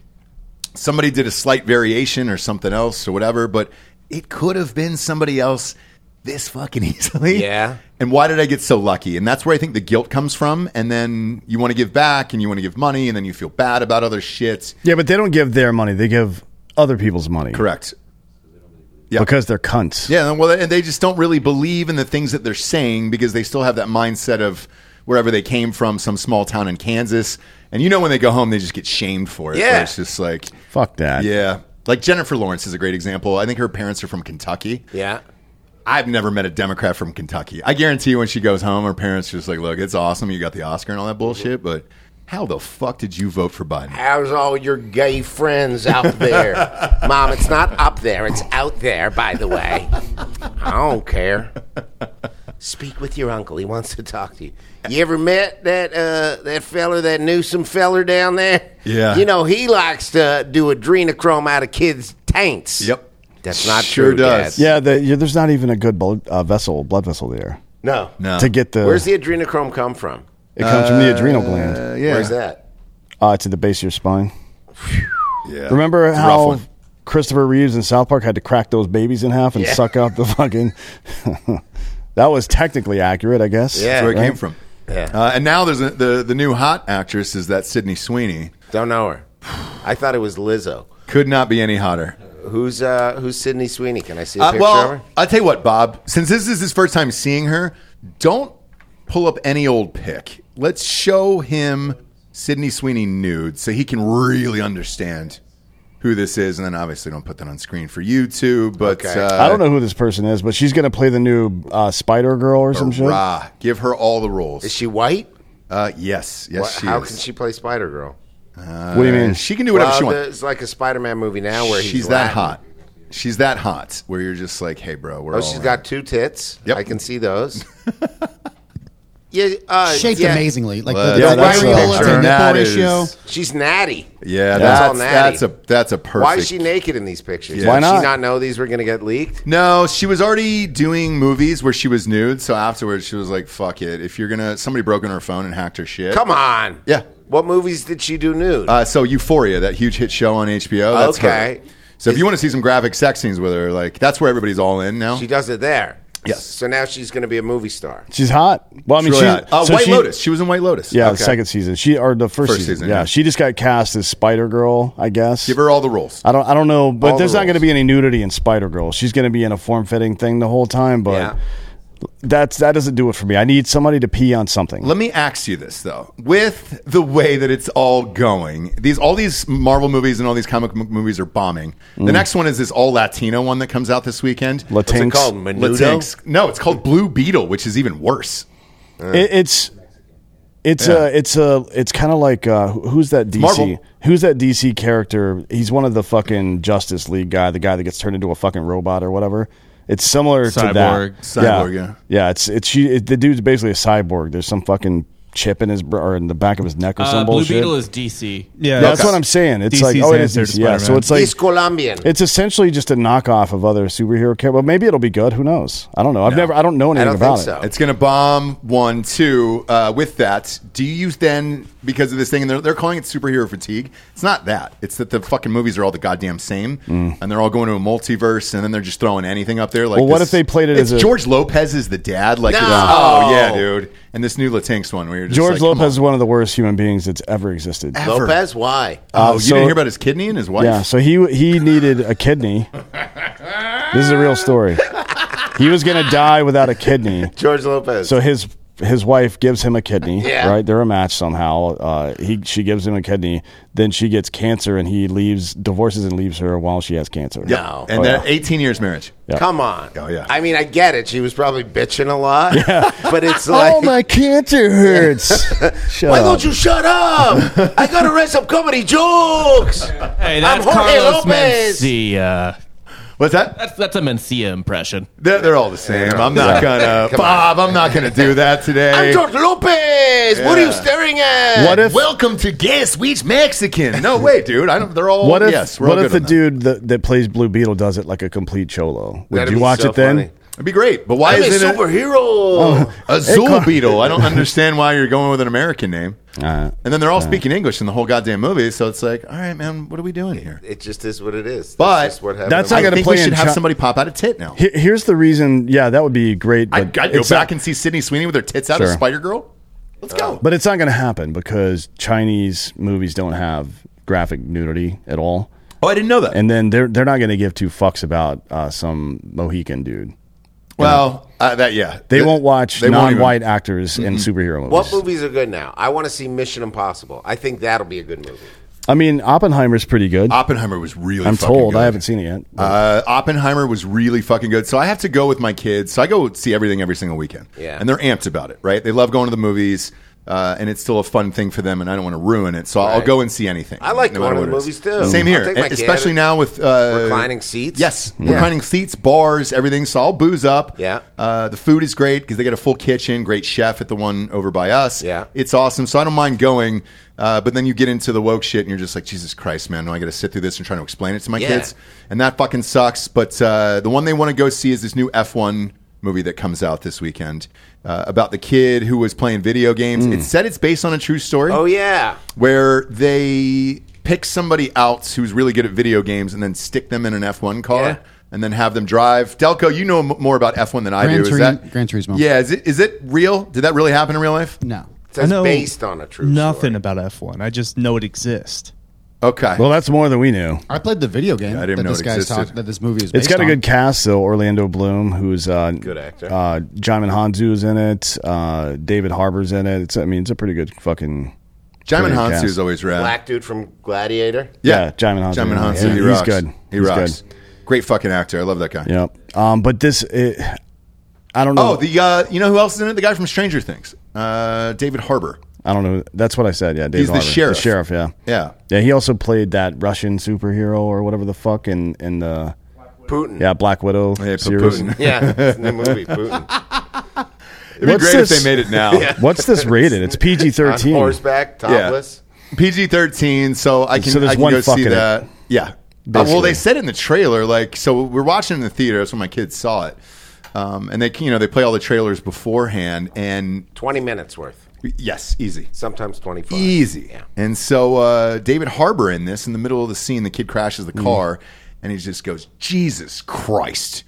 Somebody did a slight variation or something else or whatever, but it could have been somebody else this fucking easily. Yeah. And why did I get so lucky? And that's where I think the guilt comes from. And then you want to give back and you want to give money and then you feel bad about other shit. Yeah, but they don't give their money; they give other people's money. Correct. Yeah. because they're cunts. Yeah, well, and they just don't really believe in the things that they're saying because they still have that mindset of wherever they came from, some small town in Kansas. And you know, when they go home, they just get shamed for it. where Yeah. It's just like, Fuck that. yeah. Like Jennifer Lawrence is a great example. I think her parents are from Kentucky. Yeah. I've never met a Democrat from Kentucky. I guarantee you when she goes home, her parents just like, look, it's awesome. You got the Oscar and all that bullshit, but how the fuck did you vote for Biden? How's all your gay friends out there? Mom, it's not up there, it's out there, by the way. I don't care. Speak with your uncle. He wants to talk to you. You ever met that uh, that feller, that Newsom feller down there? Yeah. You know, he likes to do adrenochrome out of kids' taints. Yep. That's not Sure true. does. Does. Yeah, the, yeah, there's not even a good blood uh, vessel, blood vessel there No. No. to get the. Where's the adrenochrome come from? It comes from the uh, adrenal gland. yeah. Where's that? Uh, it's at the base of your spine. Yeah. Remember It's a rough how one. Christopher Reeves in South Park had to crack those babies in half and suck out the fucking. that was technically accurate, I guess. Yeah. That's where it right? came from. Yeah. Uh, and now there's a, the the new hot actress is that Sydney Sweeney. Don't know her. I thought it was Lizzo. Could not be any hotter. Who's uh who's Sydney Sweeney? Can I see a Uh, picture of her? well, I'll tell you what, Bob. Since this is his first time seeing her, don't pull up any old pic. Let's show him Sydney Sweeney nude so he can really understand who this is. And then obviously don't put that on screen for YouTube. But Okay. uh, I don't know who this person is, but she's going to play the new uh, Spider Girl or some shit. rah, give her all the Is roles. she white? Uh, yes, yes, What- she How is. can she play Spider Girl? what do you mean? She can do whatever well, she wants. It's like a Spider Man movie now where he's she's that Latin. hot. She's that hot where you're just like, hey, bro, we're Oh, all she's in. got two tits. Yep. I can see those. yeah, uh, Shaped yeah. amazingly, like Uh, the, yeah, the that's a areola to picture. nipple That is- ratio. She's natty. Yeah, That's that's all natty. that's a that's a perfect. Why is she naked in these pictures? Yeah. Why Did she not? not know these were going to get leaked? No, she was already doing movies where she was nude. So afterwards, she was like, "Fuck it! If you're gonna, somebody broke in her phone and hacked her shit." Come on. Yeah. What movies did she do nude? Uh, so Euphoria, that huge hit show on HBO. That's her. Okay. So if you want to see some graphic sex scenes with her, like that's where everybody's all in now. she does it there. Yes. So now she's going to be a movie star. She's hot. Well, I mean, Really she, hot. Uh, so White she- Lotus. She was in White Lotus. Yeah, the Okay. second season. She or the first, First season. season, Yeah, yeah. she just got cast as Spider Girl, I guess. Give her all the roles. I don't. I don't know, but All the there's not going to roles. be any nudity in Spider Girl. She's going to be in a form fitting thing the whole time, but. Yeah. That's that doesn't do it for me. I need somebody to pee on something. Let me ask you this though: with the way that it's all going, these all these Marvel movies and all these comic m- movies are bombing. Mm. The next one is this all Latino one that comes out this weekend. What's it Latinx. called? Menudo? Latinx. No, it's called Blue Beetle, which is even worse. It, it's it's Yeah. a it's a it's kind of like uh, who- who's that DC? Marvel. Who's that DC character? He's one of the fucking Justice League guy, the guy that gets turned into a fucking robot or whatever. It's similar to Cyborg. that. Cyborg, yeah. yeah. It's it's she. It, the dude's basically a cyborg. There's some fucking chip in his br- or in the back of his neck or Uh, some Blue bullshit. Beetle is DC. Yeah, That's what I'm saying. It's like DC's oh, it is answer to DC. Yeah, so Spider-Man. it's like He's Colombian. it's essentially just a knockoff of other superhero characters. Well, maybe it'll be good. Who knows? I don't know. I've never. I don't know anything I don't about think so. it. It's going to bomb one, two. Uh, with that, do you then, because of this thing, and they're, they're calling it superhero fatigue? It's not that. It's that the fucking movies are all the goddamn same, and they're all going to a multiverse, and then they're just throwing anything up there. Like, Mm. Well, what this- if they played it it's as a- George Lopez is the dad? Like, No! it's- oh yeah, dude. And this new Latinx one, where you're just George like, come Lopez is on. one of the worst human beings that's ever existed. Uh, Ever. Lopez? Why? Oh, you so- didn't hear about his kidney and his wife? Yeah, so he he needed a kidney. this is a real story. He was gonna die without a kidney, George Lopez. so his his wife gives him a kidney. Yeah. Right, they're a match somehow. Uh, he she gives him a kidney, then she gets cancer, and he leaves, divorces, and leaves her while she has cancer. Yep. No. And Oh, they're yeah. 18 years marriage. Come on. Oh, yeah. I mean, I get it. She was probably bitching a lot. But it's like, Oh, my cancer hurts. Shut why up. don't you shut up? I gotta write some comedy jokes. Hey, that's I'm Jorge Carlos Lopez. Mencia. What's that? That's that's a Mencia impression. They're, they're all the same. I'm not gonna, Bob. I'm not gonna do that today. I'm George Lopez. What are Yeah. you staring at? What if- Welcome to Guess Which Mexican. No, wait, dude. I don't. They're all. What if yes, we're what all if the good on that. dude that, that plays Blue Beetle does it like a complete cholo? Would That'd you be watch so it then? Oh. funny. It'd be great, but why I'm a isn't it superhero. Azul Beetle? I don't understand why you're going with an American name. Uh, And then they're all speaking English in the whole goddamn movie, so it's like, all right, man, what are we doing here? It just is what it is. That's But just what happened. that's I not gonna think play we in should have Chi- somebody pop out a tit now. Here- Here's the reason. Yeah, that would be great. I, But I'd go it's not- back and see Sydney Sweeney with her tits out as Sure. Spider Girl. Let's go. but it's not going to happen because Chinese movies don't have graphic nudity at all. Oh, I didn't know that. and then they're they're not going to give two fucks about uh, some Mohican dude. well, uh, that yeah, They won't watch they won't even- non-white actors in superhero movies. What movies are good now? I want to see Mission Impossible. I think that'll be a good movie. I mean, Oppenheimer's pretty good. Oppenheimer was really. I'm fucking told. good. I haven't seen it yet. Uh, Oppenheimer was really fucking good. So I have to go with my kids. So I go see everything every single weekend. Yeah. And they're amped about it, right? They love going to the movies, uh, and it's still a fun thing for them, and I don't want to ruin it. So I'll Right. go and see anything. I like going matter to what the it is. movies, too. Same I'll here, take my e- especially kid. now with uh, Reclining seats? Yes, Yeah. reclining seats, bars, everything. So I'll booze up. Yeah. Uh, the food is great because they got a full kitchen, great chef at the one over by us. Yeah. It's awesome. So I don't mind going. Uh, but then you get into the woke shit and you're just like, Jesus Christ, man, no, I got to sit through this and trying to explain it to my Yeah. kids. And that fucking sucks. But uh, the one they want to go see is this new F1 movie that comes out this weekend uh, about the kid who was playing video games. It said it's based on a true story Mm. Oh yeah, where they pick somebody else who's really good at video games and then stick them in an F1 car Yeah. and then have them drive. Delco, you know m- more about F1 than I Gran do. Turi- Is that Gran Turismo. Yeah, is it is it real? Did that really happen in real life? No. that's based on a true Nothing story. about F1. I just know it exists. Okay. well, that's more than we knew. I played the video game I didn't that know this it guy's existed. talking that this movie is It's based got a on. good cast though. Orlando Bloom, who's uh, Good actor. Uh, John Manhanzu is in it. Uh, David Harbour's in it. It's, I mean, it's a pretty good fucking. Jaimin Great Hansu cast. is always rad. Black dude from Gladiator. yeah, Yeah, Jaimin Hansu. Jaimin Hansu, Yeah, he he's rocks. good. He He's rocks. Great fucking actor. I love that guy. Yep. Um, but this, it, I don't know. Oh, the uh, you know who else is in it? The guy from Stranger Things, uh, David Harbour. I don't know. That's what I said. Yeah, David He's the Harbour. sheriff. The sheriff. Yeah. Yeah. Yeah. He also played that Russian superhero or whatever the fuck in in the Putin. yeah Black Widow Yeah, series. Putin. yeah. It's a new movie. Putin It'd be What's great if this- they made it now. What's this rated? It's PG on thirteen. horseback, topless. PG thirteen, so I can So there's I can one go fuck see in it, that. Yeah. Uh, well, basically. they said in the trailer, like, so we're watching in the theater. That's when my kids saw it, um, and they you know they play all the trailers beforehand, and Twenty minutes worth. yes, easy. Sometimes twenty five. Easy. Yeah. And so uh, David Harbour in this, in the middle of the scene, the kid crashes the Mm-hmm. car, and he just goes, "Jesus Christ."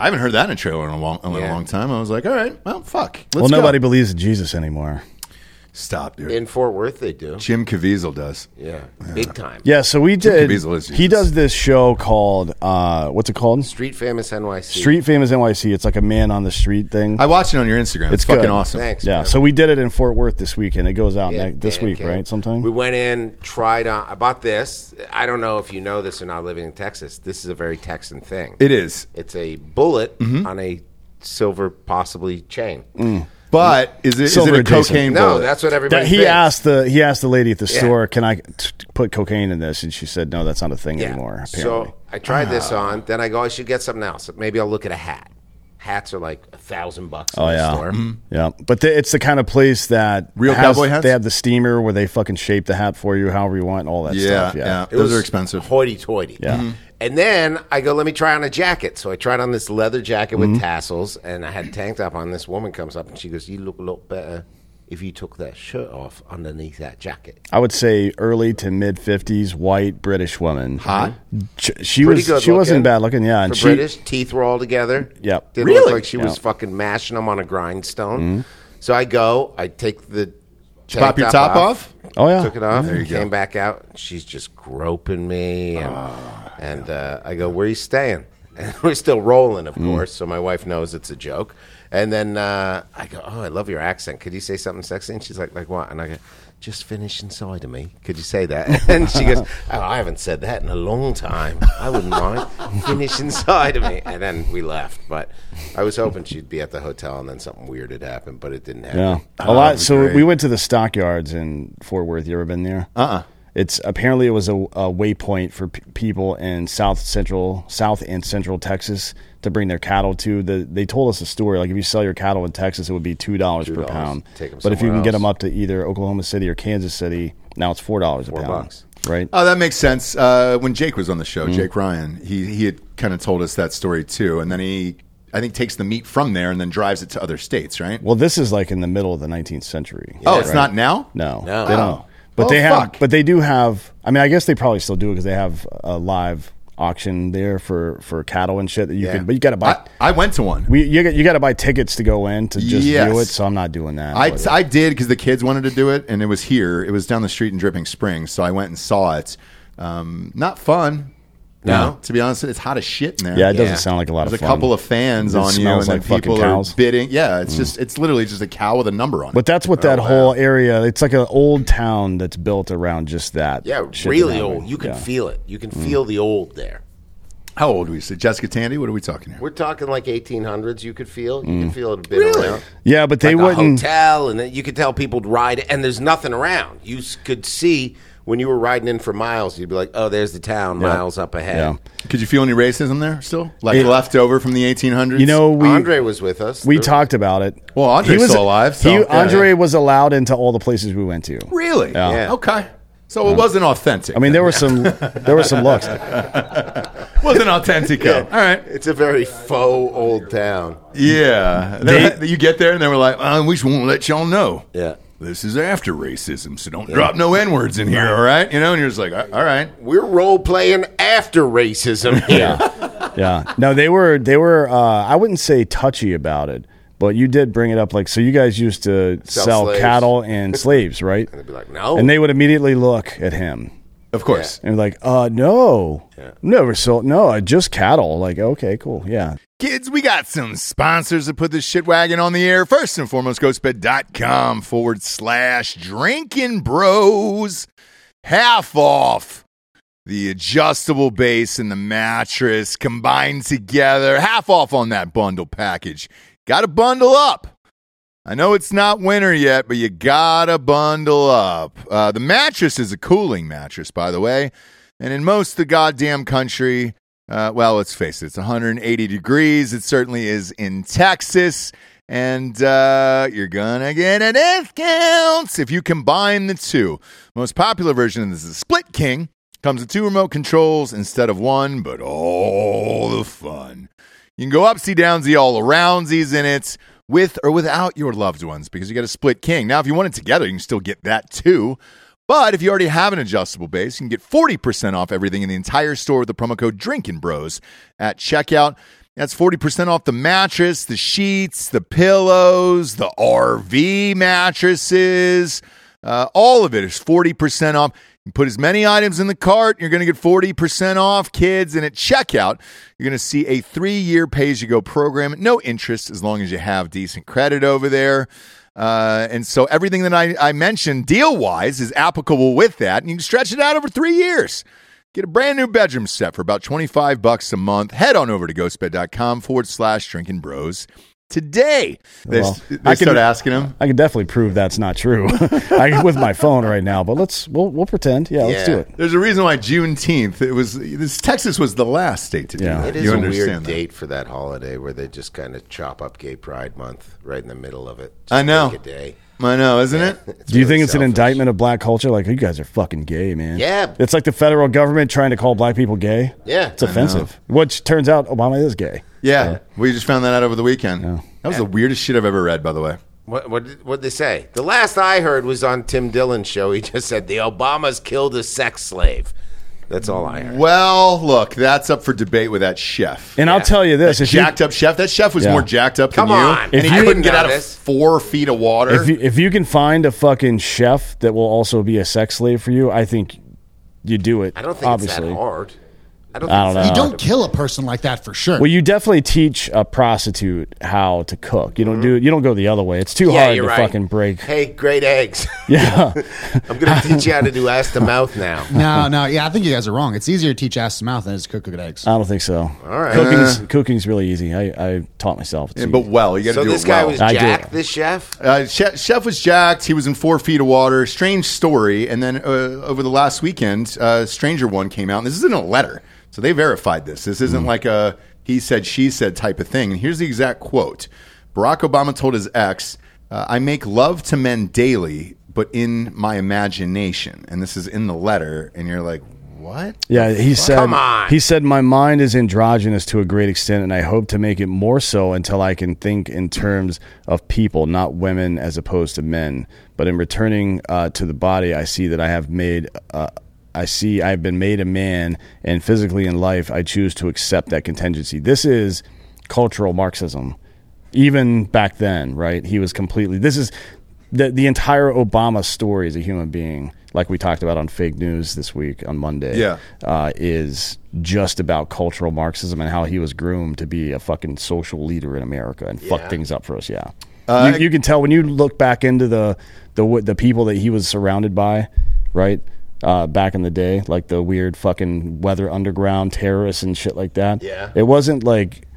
I haven't heard that in a trailer in a long, in a Yeah. long time. I was like, all right, well, fuck. Let's Well, go. nobody believes in Jesus anymore. Stop, dude. In Fort Worth, they do. Jim Caviezel does. Yeah, big time. Yeah, so we did. Caviezel is He Jesus. does this show called uh, what's it called? Street famous NYC. Street Famous NYC. It's like a man on the street thing. I watched it on your Instagram. It's, It's fucking good. awesome. Thanks. yeah, man. so we did it in Fort Worth this week, and it goes out Yeah, ne- this damn, week, kid. right? Sometime. We went in, tried on. I bought this. I don't know if you know this or not. Living in Texas, this is a very Texan thing. It is. It's a bullet Mm-hmm. on a silver, possibly chain. But is it is Silver it a adjacent. cocaine No, bullet? that's what everybody. Mm, That he thinks. asked the he asked the lady at the store, "Can I t- put cocaine in this?" And she said, "No, that's not a thing Yeah. anymore." Apparently. Ah. So I tried this on. Then I go, I should get something else. Maybe I'll look at a hat. Hats are like a thousand bucks. in Oh the yeah, store. Hmm. yeah. But the, it's the kind of place that Real has- cowboy hats? They have the steamer where they fucking shape the hat for you, however you want, and all that yeah, stuff. yeah, Yeah, It Those was are expensive. Hoity-toity. Mm-hmm. Yeah. Mhm. And then I go, let me try on a jacket. So I tried on this leather jacket Mm-hmm. with tassels, and I had a tank top on. This woman comes up and she goes, "You look a lot better if you took that shirt off underneath that jacket." I would say early to mid fifties, white British woman, Hot? She, she Pretty was she good wasn't looking bad looking, yeah, and For she British teeth were all together. Yep. Didn't Really? look like she was Yeah. Mm-hmm. fucking mashing them on a grindstone. So I go, I take the tank Pop your top off. oh yeah, took it off. you go. came back out. She's just groping me, and, Ah. and uh, I go, "Where you staying?" And we're still rolling, Mm. of course. So my wife knows it's a joke. And then uh, I go, "Oh, I love your accent. Could you say something sexy?" And she's like, "Like what?" And I go, "Just finish inside of me. Could you say that?" And she goes, "Oh, I haven't said that in a long time. I wouldn't mind finish inside of me." And then we left. But I was hoping she'd be at the hotel, and then something weird had happened, but it didn't happen. Yeah, a Oh, lot. that'd be So great. we went to the stockyards in Fort Worth. You ever been there? Uh. uh Uh-uh. It's apparently it was a, a waypoint for p- people in South Central, South and Central Texas to bring their cattle to. The, they told us a story like if you sell your cattle in Texas, it would be two dollars per $2. pound. Take 'em but if you somewhere can get them else. up to either Oklahoma City or Kansas City, now it's four dollars a Four pound. bucks. Right? Oh, that makes sense. Uh, when Jake was on the Mm-hmm. show, Jake Ryan, he he had kind of told us that story too, and then he I think takes the meat from there and then drives it to other states, right? well, this is like in the middle of the 19th century. oh, it's not now. No, No. they Oh. don't. But Oh, they have. fuck. But they do have. I mean, I guess they probably still do because they have a live auction there for for cattle and shit that you Yeah. could. But you got to buy. I, I went to one. we you got you got to buy tickets to go in to just view Yes. it. So I'm not doing that. I, But- I did because the kids wanted to do it, and it was here. It was down the street in Dripping Springs, so I went and saw it. Um, not fun. No. to be honest, it's hot as shit in there. Yeah, it Yeah. doesn't sound like a lot There's of a fun. couple of fans It on you, and smells then like fucking people cows. are bidding. Yeah, it's just it's literally just a cow with a number on it. But that's what Oh, that whole area. It's like an old town that's built around just that. Yeah, shit that really happened. old. You can Yeah. Mm. feel it. You can feel the old there. How old are we? So Jessica Tandy? What are we talking here? We're talking like 1800s. You could feel. You could feel it a bit around. Yeah, but Mm. they like a wouldn't. hotel, and then you could tell people would ride, and there's nothing around. You s- could see when you were riding in for miles. You'd be like, "Oh, there's the town, miles up ahead." Yeah. Could you feel any racism there still? Like It- left over from the 1800s? You know, we Andre was with us. we There- talked about it. Well, Andre's still alive, so- he, Yeah, Andre yeah. was allowed into all the places we went to. really? Yeah. Okay. So it wasn't authentic. I then. mean, there were some there were some looks. it wasn't authentico. All right. It's a very faux old town. Yeah. They- you get there and they were like, uh, we just want to let y'all know. Yeah. This is after racism, so don't drop no N words in here, all right? You know, and you're just like, all all right. We're role playing after racism here. Yeah. No, they were they were. Uh, I wouldn't say touchy about it, but you did bring it up. Like, so you guys used to Sell sell, slaves. cattle and slaves, right? They'd be like, "Oh." "No." and they would immediately look at him Of course. and like, uh, no, never sold. No, I just cattle. Like, okay, cool, yeah. Kids, we got some sponsors that put this shit wagon on the air. First and foremost, ghostbed.com forward slash drinking bros. Half off the adjustable base and the mattress combined together. Half off on that bundle package. Got to bundle up. I know it's not winter yet, but you gotta bundle up. Uh, the mattress is a cooling mattress, by the way. And in most of the goddamn country, uh, well, let's face it, it's 180 degrees. It certainly is in Texas. And uh, you're gonna get a discount if you combine the two. Most popular version is the Split King. Comes with two remote controls instead of one, but all the fun. You can go upsy downsy all aroundsies in it with or without your loved ones because you got a split king. Now, if you want it together, you can still get that too. But if you already have an adjustable base, you can get 40% off everything in the entire store with the promo code Drinking Bros at checkout. That's 40% off the mattress, the sheets, the pillows, the RV mattresses. Uh, all of it is 40% off. You put as many items in the cart, you're going to get 40% off, kids. And at checkout, you're going to see a three year pay as you go program. No interest as long as you have decent credit over there. Uh, and so everything that I, I mentioned deal wise is applicable with that. And you can stretch it out over three years. Get a brand new bedroom set for about 25 bucks a month. Head on over to ghostbed.com forward slash drinking bros today. They, Well, they I can- start asking him. I can definitely prove that's not true I, with my phone right now. But let's we'll we'll pretend. Yeah, let's Yeah. do it. There's a reason why Juneteenth. It was this Texas was the last state to do Yeah. that. It is you a understand weird that. date for that holiday where they just kind of chop up Gay Pride Month right in the middle of it. Just I know. make a day. I know, isn't it? It's Do you really think it's an selfish. indictment of black culture? Like you guys are fucking gay, man. Yeah. It's like the federal government trying to call black people gay. Yeah. It's offensive. Which turns out Obama is gay. Yeah, we just found that out over the weekend. That was the weirdest shit I've ever read, by the way. What what did what'd they say? The last I heard was on Tim Dillon's show. He just said the Obamas killed a sex slave. That's all I heard. Well, look, that's up for debate with that chef. And I'll tell you this: if you, jacked up chef. That chef was Yeah. more jacked up Come than you, on. and If he you couldn't didn't get know out this. of four feet of water. if you, if you can find a fucking chef that will also be a sex slave for you, I think you do it. I don't think obviously. it's that hard. I don't, think I don't it's You that don't hard. kill a person like that for sure. Well, you definitely teach a prostitute how to cook. You don't do you don't go the other way. It's too Mm-hmm. Yeah, hard to you're right. fucking break. Hey, great eggs. Yeah. I'm going to teach you how to do ass to mouth now. no, no, yeah, I think you guys are wrong. It's easier to teach ass to mouth than it is to cook good eggs. I don't think so. All right. Uh. Cooking's, cooking's really easy. I, I taught myself. It's Yeah, easy. but well, you got to So do this it guy well. was I do Jack, it. this chef. Uh, chef, chef was jacked. He was in four feet of water. Strange story. And then uh, over the last weekend, uh, Stranger One came out. And this isn't a letter. So they verified this. This isn't like a he said, she said type of thing. And here's the exact quote Barack Obama told his ex, uh, I make love to men daily, but in my imagination. And this is in the letter. And you're like, what? yeah, he said. Come on. He said my mind is androgynous to a great extent, and I hope to make it more so until I can think in terms of people, not women, as opposed to men. But in returning uh, to the body, I see that I have made. Uh, I see I've been made a man, and physically in life, I choose to accept that contingency. This is cultural Marxism. even back then, right? He was completely. This is the the entire Obama story as a human being, like we talked about on fake news this week on Monday, Yeah. uh, is just about cultural Marxism and how he was groomed to be a fucking social leader in America and fuck things up for us. Yeah, you, you can tell when you look back into the the w- the people that he was surrounded by, right? Uh, back in the day, like the weird fucking weather underground terrorists and shit like that. Yeah. it wasn't like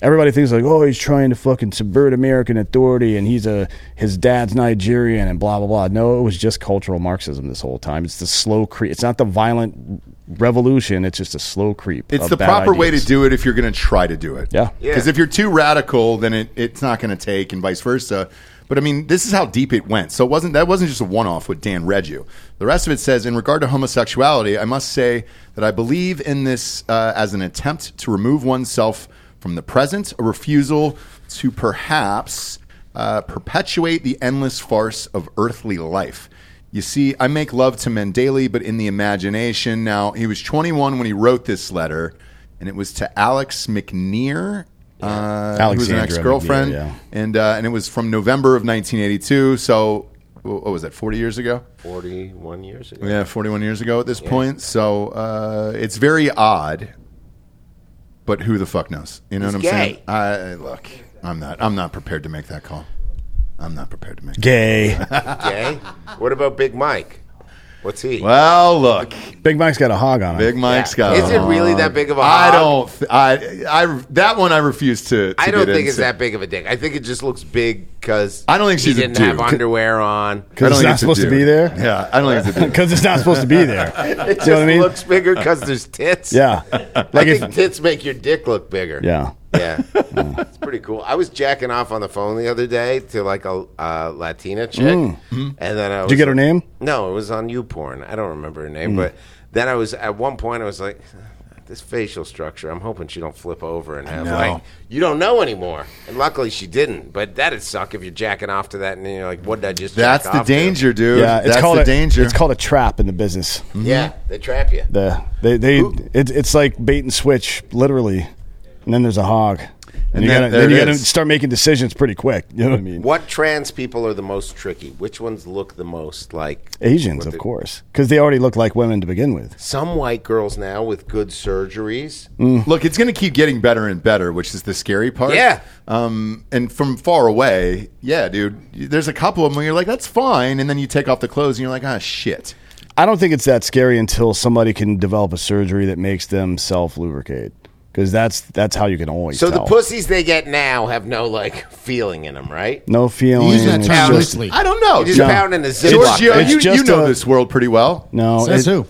everybody thinks like, oh, he's trying to fucking subvert American authority, and he's a his dad's Nigerian, and blah blah blah. No, it was just cultural Marxism this whole time. It's the slow creep. It's not the violent revolution. It's just a slow creep. It's of the bad proper way to ideas. do it if you're going to try to do it. Yeah. Yeah. Because if you're too radical, then it, it's not going to take, and vice versa. But I mean, this is how deep it went. So it wasn't that wasn't just a one-off with Dan Reggio. The rest of it says, in regard to homosexuality, I must say that I believe in this uh, as an attempt to remove oneself from the present, a refusal to perhaps uh, perpetuate the endless farce of earthly life. You see, I make love to men daily, but in the imagination. Now, he was 21 when he wrote this letter, and it was to Alex McNear, uh, who was an Alexandra ex girlfriend. McNear, yeah. And, uh, and it was from November of 1982. So, wh- what was that, 40 years ago? Forty-one years ago. Yeah, 41 years ago at this point. So, uh, it's very odd, but who the fuck knows? You know He's what I'm gay. saying? I, look, I'm not, I'm not prepared to make that call. I'm not prepared to make that Gay. Okay. what about Big Mike? What's he? Well, look. Big Mike's got a hog on him. Big Mike's got. Is a it really hog. that big of a I hog? don't. Th- I. I. That one I refuse to. to I don't get think it's into. that big of a dick. I think it just looks big because I don't think she she's a didn't have dude. underwear on. I don't It's think not it's a supposed to dude. be there? Yeah, I don't think it's a dude. Because it's not supposed to be there. It just you know what I mean? looks bigger because there's tits. Yeah. I Like think if, tits make your dick look bigger. yeah. Yeah. it's pretty cool. I was jacking off on the phone the other day to like a uh, Latina chick, Mm-hmm. and then I was, Mm. Did you get her name? Mm. No, it was on YouPorn. I don't remember her name, but then I was at one point I was like, this facial structure. I'm hoping she don't flip over and have know. like you don't know anymore. And luckily she didn't. But that'd suck if you're jacking off to that and then you're like, what did I just? That's jack the off to?" danger, dude. Yeah, it's That's called the a, danger. Hmm. It's called a trap in the business. Yeah, they trap you. Mm-hmm. The they they it, it's like bait and switch, literally. And then there's a hog, and, you then- gotta there then you it gotta is. start making decisions pretty quick. You know what I mean? What trans people are the most tricky? Which ones look the most like Asians, of course, because they already look like women to begin with. some white girls now with good surgeries? Look, it's going to keep getting better and better, which is the scary part. Yeah. Um, and from far away, yeah, dude. There's a couple of them where you're like, that's fine, and then you take off the clothes and you're like, ah, shit. I don't think it's that scary until somebody can develop a surgery that makes them self lubricate, because that's that's how you can always So the tell. pussies they get now have no like feeling in them, right? no feeling. Use that it's term just- loosely. I don't know. You just dude. pound in a ziploc. Giorgio, It's you, just you know a- this world pretty well. No, Says it- who?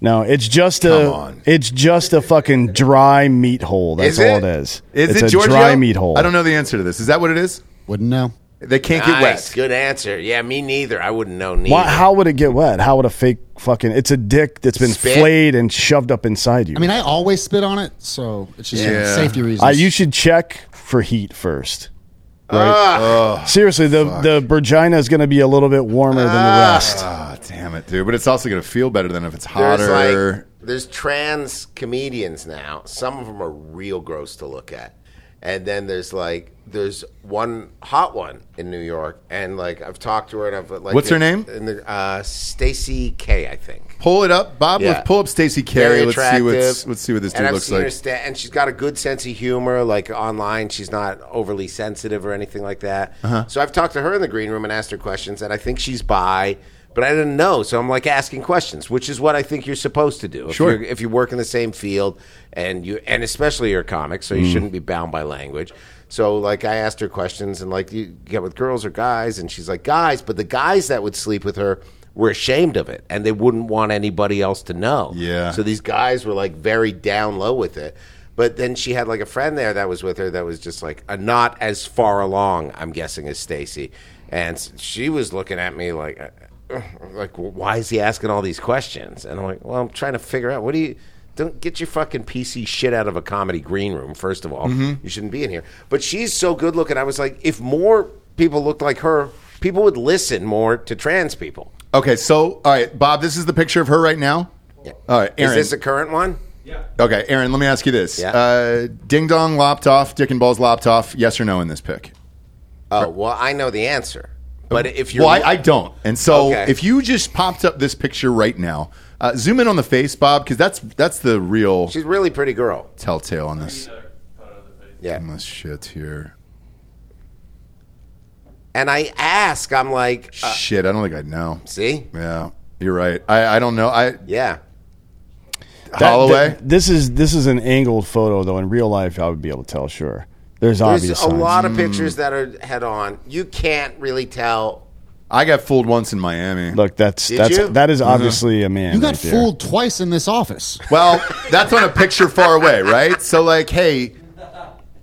No, it's just Come a on. it's just a fucking dry meat hole. That's Is all it? it is. Is it's it a Giorgio? dry meat hole. I don't know the answer to this. Is that what it is? Wouldn't know. They can't get Nice, wet. good answer. Yeah, me neither. I wouldn't know neither. Why, how would it get wet? How would a fake fucking? It's a dick that's been Spit? flayed and shoved up inside you. I mean, I always spit on it, so it's just Yeah. safety reasons. I, you should check for heat first. Ah. Right? Seriously, the the vagina is going to be a little bit warmer than the rest. Ah, damn it, dude. But it's also going to feel better than if it's There's hotter. like there's trans comedians now. Some of them are real gross to look at. And then there's like there's one hot one in New York, and like I've talked to her, and I've like What's her name? In the, uh, Stacy K, I think. Pull it up, Bob. Yeah. Let's pull up Stacey Carey. Very Let's see what's attractive. let's see what this dude and I've looks seen like. Her sta- and she's got a good sense of humor. Like online, she's not overly sensitive or anything like that. Uh-huh. So I've talked to her in the green room and asked her questions, and I think she's bi, but I didn't know. So I'm like asking questions, which is what I think you're supposed to do. If Sure. you're, if you work in the same field, and you and especially you're a comic, so you Mm. shouldn't be bound by language. So like I asked her questions, and like you get with girls or guys, and she's like guys, but the guys that would sleep with her. were ashamed of it, and they wouldn't want anybody else to know. Yeah. So these guys were like very down low with it. But then she had like a friend there that was with her that was just like a not as far along, I'm guessing, as Stacy. And s- she was looking at me like, uh, like "Well, why is he asking all these questions? And I'm like, well, I'm trying to figure out what do you. Don't get your fucking PC shit out of a comedy green room, first of all. Mm-hmm. You shouldn't be in here. But she's so good looking. I was like, if more people looked like her, people would listen more to trans people. okay, so all right, Bob, this is the picture of her right now. All right, Aaron. Is this a current one? okay, Aaron. Let me ask you this: Yeah. uh, Ding dong, lopped off, dick and balls, lopped off. Yes or no in this pick? Oh, well, I know the answer. But if you're Well, I, I don't. And so Okay. if you just popped up this picture right now, uh, zoom in on the face, Bob, because that's that's the real she's a really pretty girl. telltale on this Yeah. on this shit here. And I ask, I'm like, uh, shit, I don't think I know. see, Yeah, you're right. I, I don't know. I yeah, That- Holloway. th- this is this is an angled photo though. In real life, I would be able to tell. Sure, there's, there's obvious a signs. lot of pictures that are head on. You can't really tell. I got fooled once in Miami. Look, that's Did that's you? that is obviously a man. You got right there. fooled twice in this office. Well, that's on a picture far away, right? So like, hey,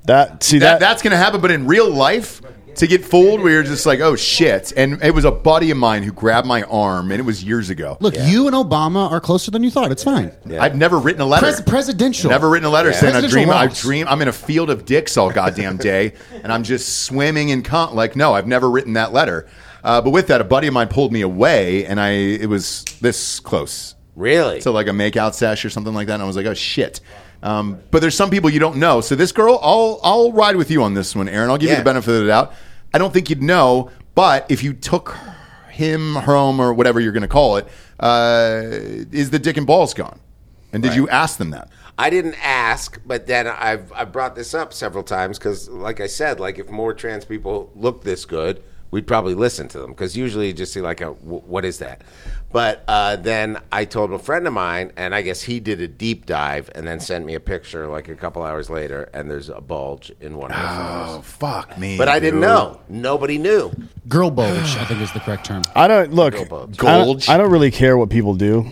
That see that, that, that's gonna happen. But in real life, to get fooled, we were just like, oh shit. And it was a buddy of mine who grabbed my arm, and it was years ago. Look, you and Obama are closer than you thought. It's fine. I've never written a letter. Pres- presidential. Never written a letter saying I Presidential dream. I laws. dream. I'm in a field of dicks all goddamn day, and I'm just swimming in con. Like no, I've never written that letter. Uh, but with that, a buddy of mine pulled me away, and I it was this close Really? to like a makeout sesh or something like that. And I was like, oh shit. Um, but there's some people you don't know. So this girl, I'll I'll ride with you on this one, Aaron. I'll give you Yeah. the benefit of the doubt. I don't think you'd know, but if you took him home or whatever you're going to call it, uh, is the dick and balls gone? And did you ask them that? I didn't ask, but then I've I brought this up several times because, like I said, like if more trans people look this good, we'd probably listen to them because usually you just see like a "Wh- what is that? But uh, then I told a friend of mine, and I guess he did a deep dive and then sent me a picture like a couple hours later, and there's a bulge in one of the Oh, photos. Oh, fuck me. But I didn't dude. know. Nobody knew. Girl bulge, I think is the correct term. I don't look. bulge. I Golge. don't, I don't really care what people do,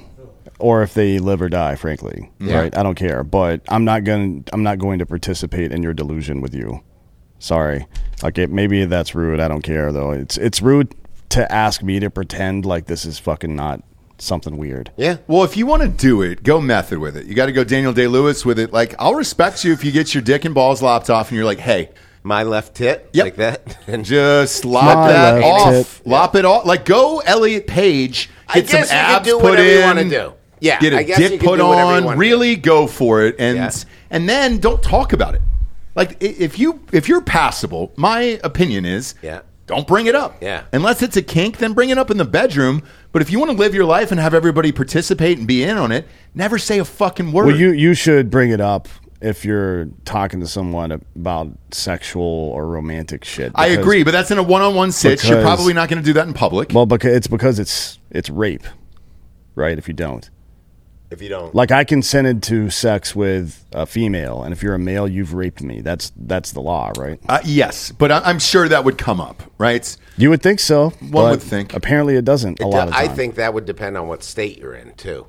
or if they live or die. Frankly, right? I don't care. But I'm not going. I'm not going to participate in your delusion with you. Sorry. Like it, maybe that's rude. I don't care though. It's it's rude to ask me to pretend like this is fucking not something weird. Yeah. Well, if you want to do it, go method with it. You got to go Daniel Day Lewis with it. Like, I'll respect you if you get your dick and balls lopped off and you're like, hey, My left tit, Yep. like that, and Just lop My that left off. Lop it off. Like go Elliot Page. I Get some guess you can abs do put whatever you in. wanna do. Yeah, Get a I guess you dick can put do whatever you on. wanna do. Really go for it, and Yeah. and then don't talk about it. Like i- if you if you're passable, my opinion is Yeah. Don't bring it up. Yeah. Unless it's a kink, then bring it up in the bedroom. But if you want to live your life and have everybody participate and be in on it, never say a fucking word. Well, you you should bring it up if you're talking to someone about sexual or romantic shit. I because- agree, but that's in a one-on-one sitch. You're because- probably not going to do that in public. Well, because it's because it's it's rape, right? If you don't, if you don't, like I consented to sex with a female, and if you're a male, you've raped me. That's that's the law, right? Uh, yes, but I- I'm sure that would come up, right? You would think so. but would think. Apparently, it doesn't. a lot of I time. think that would depend on what state you're in too.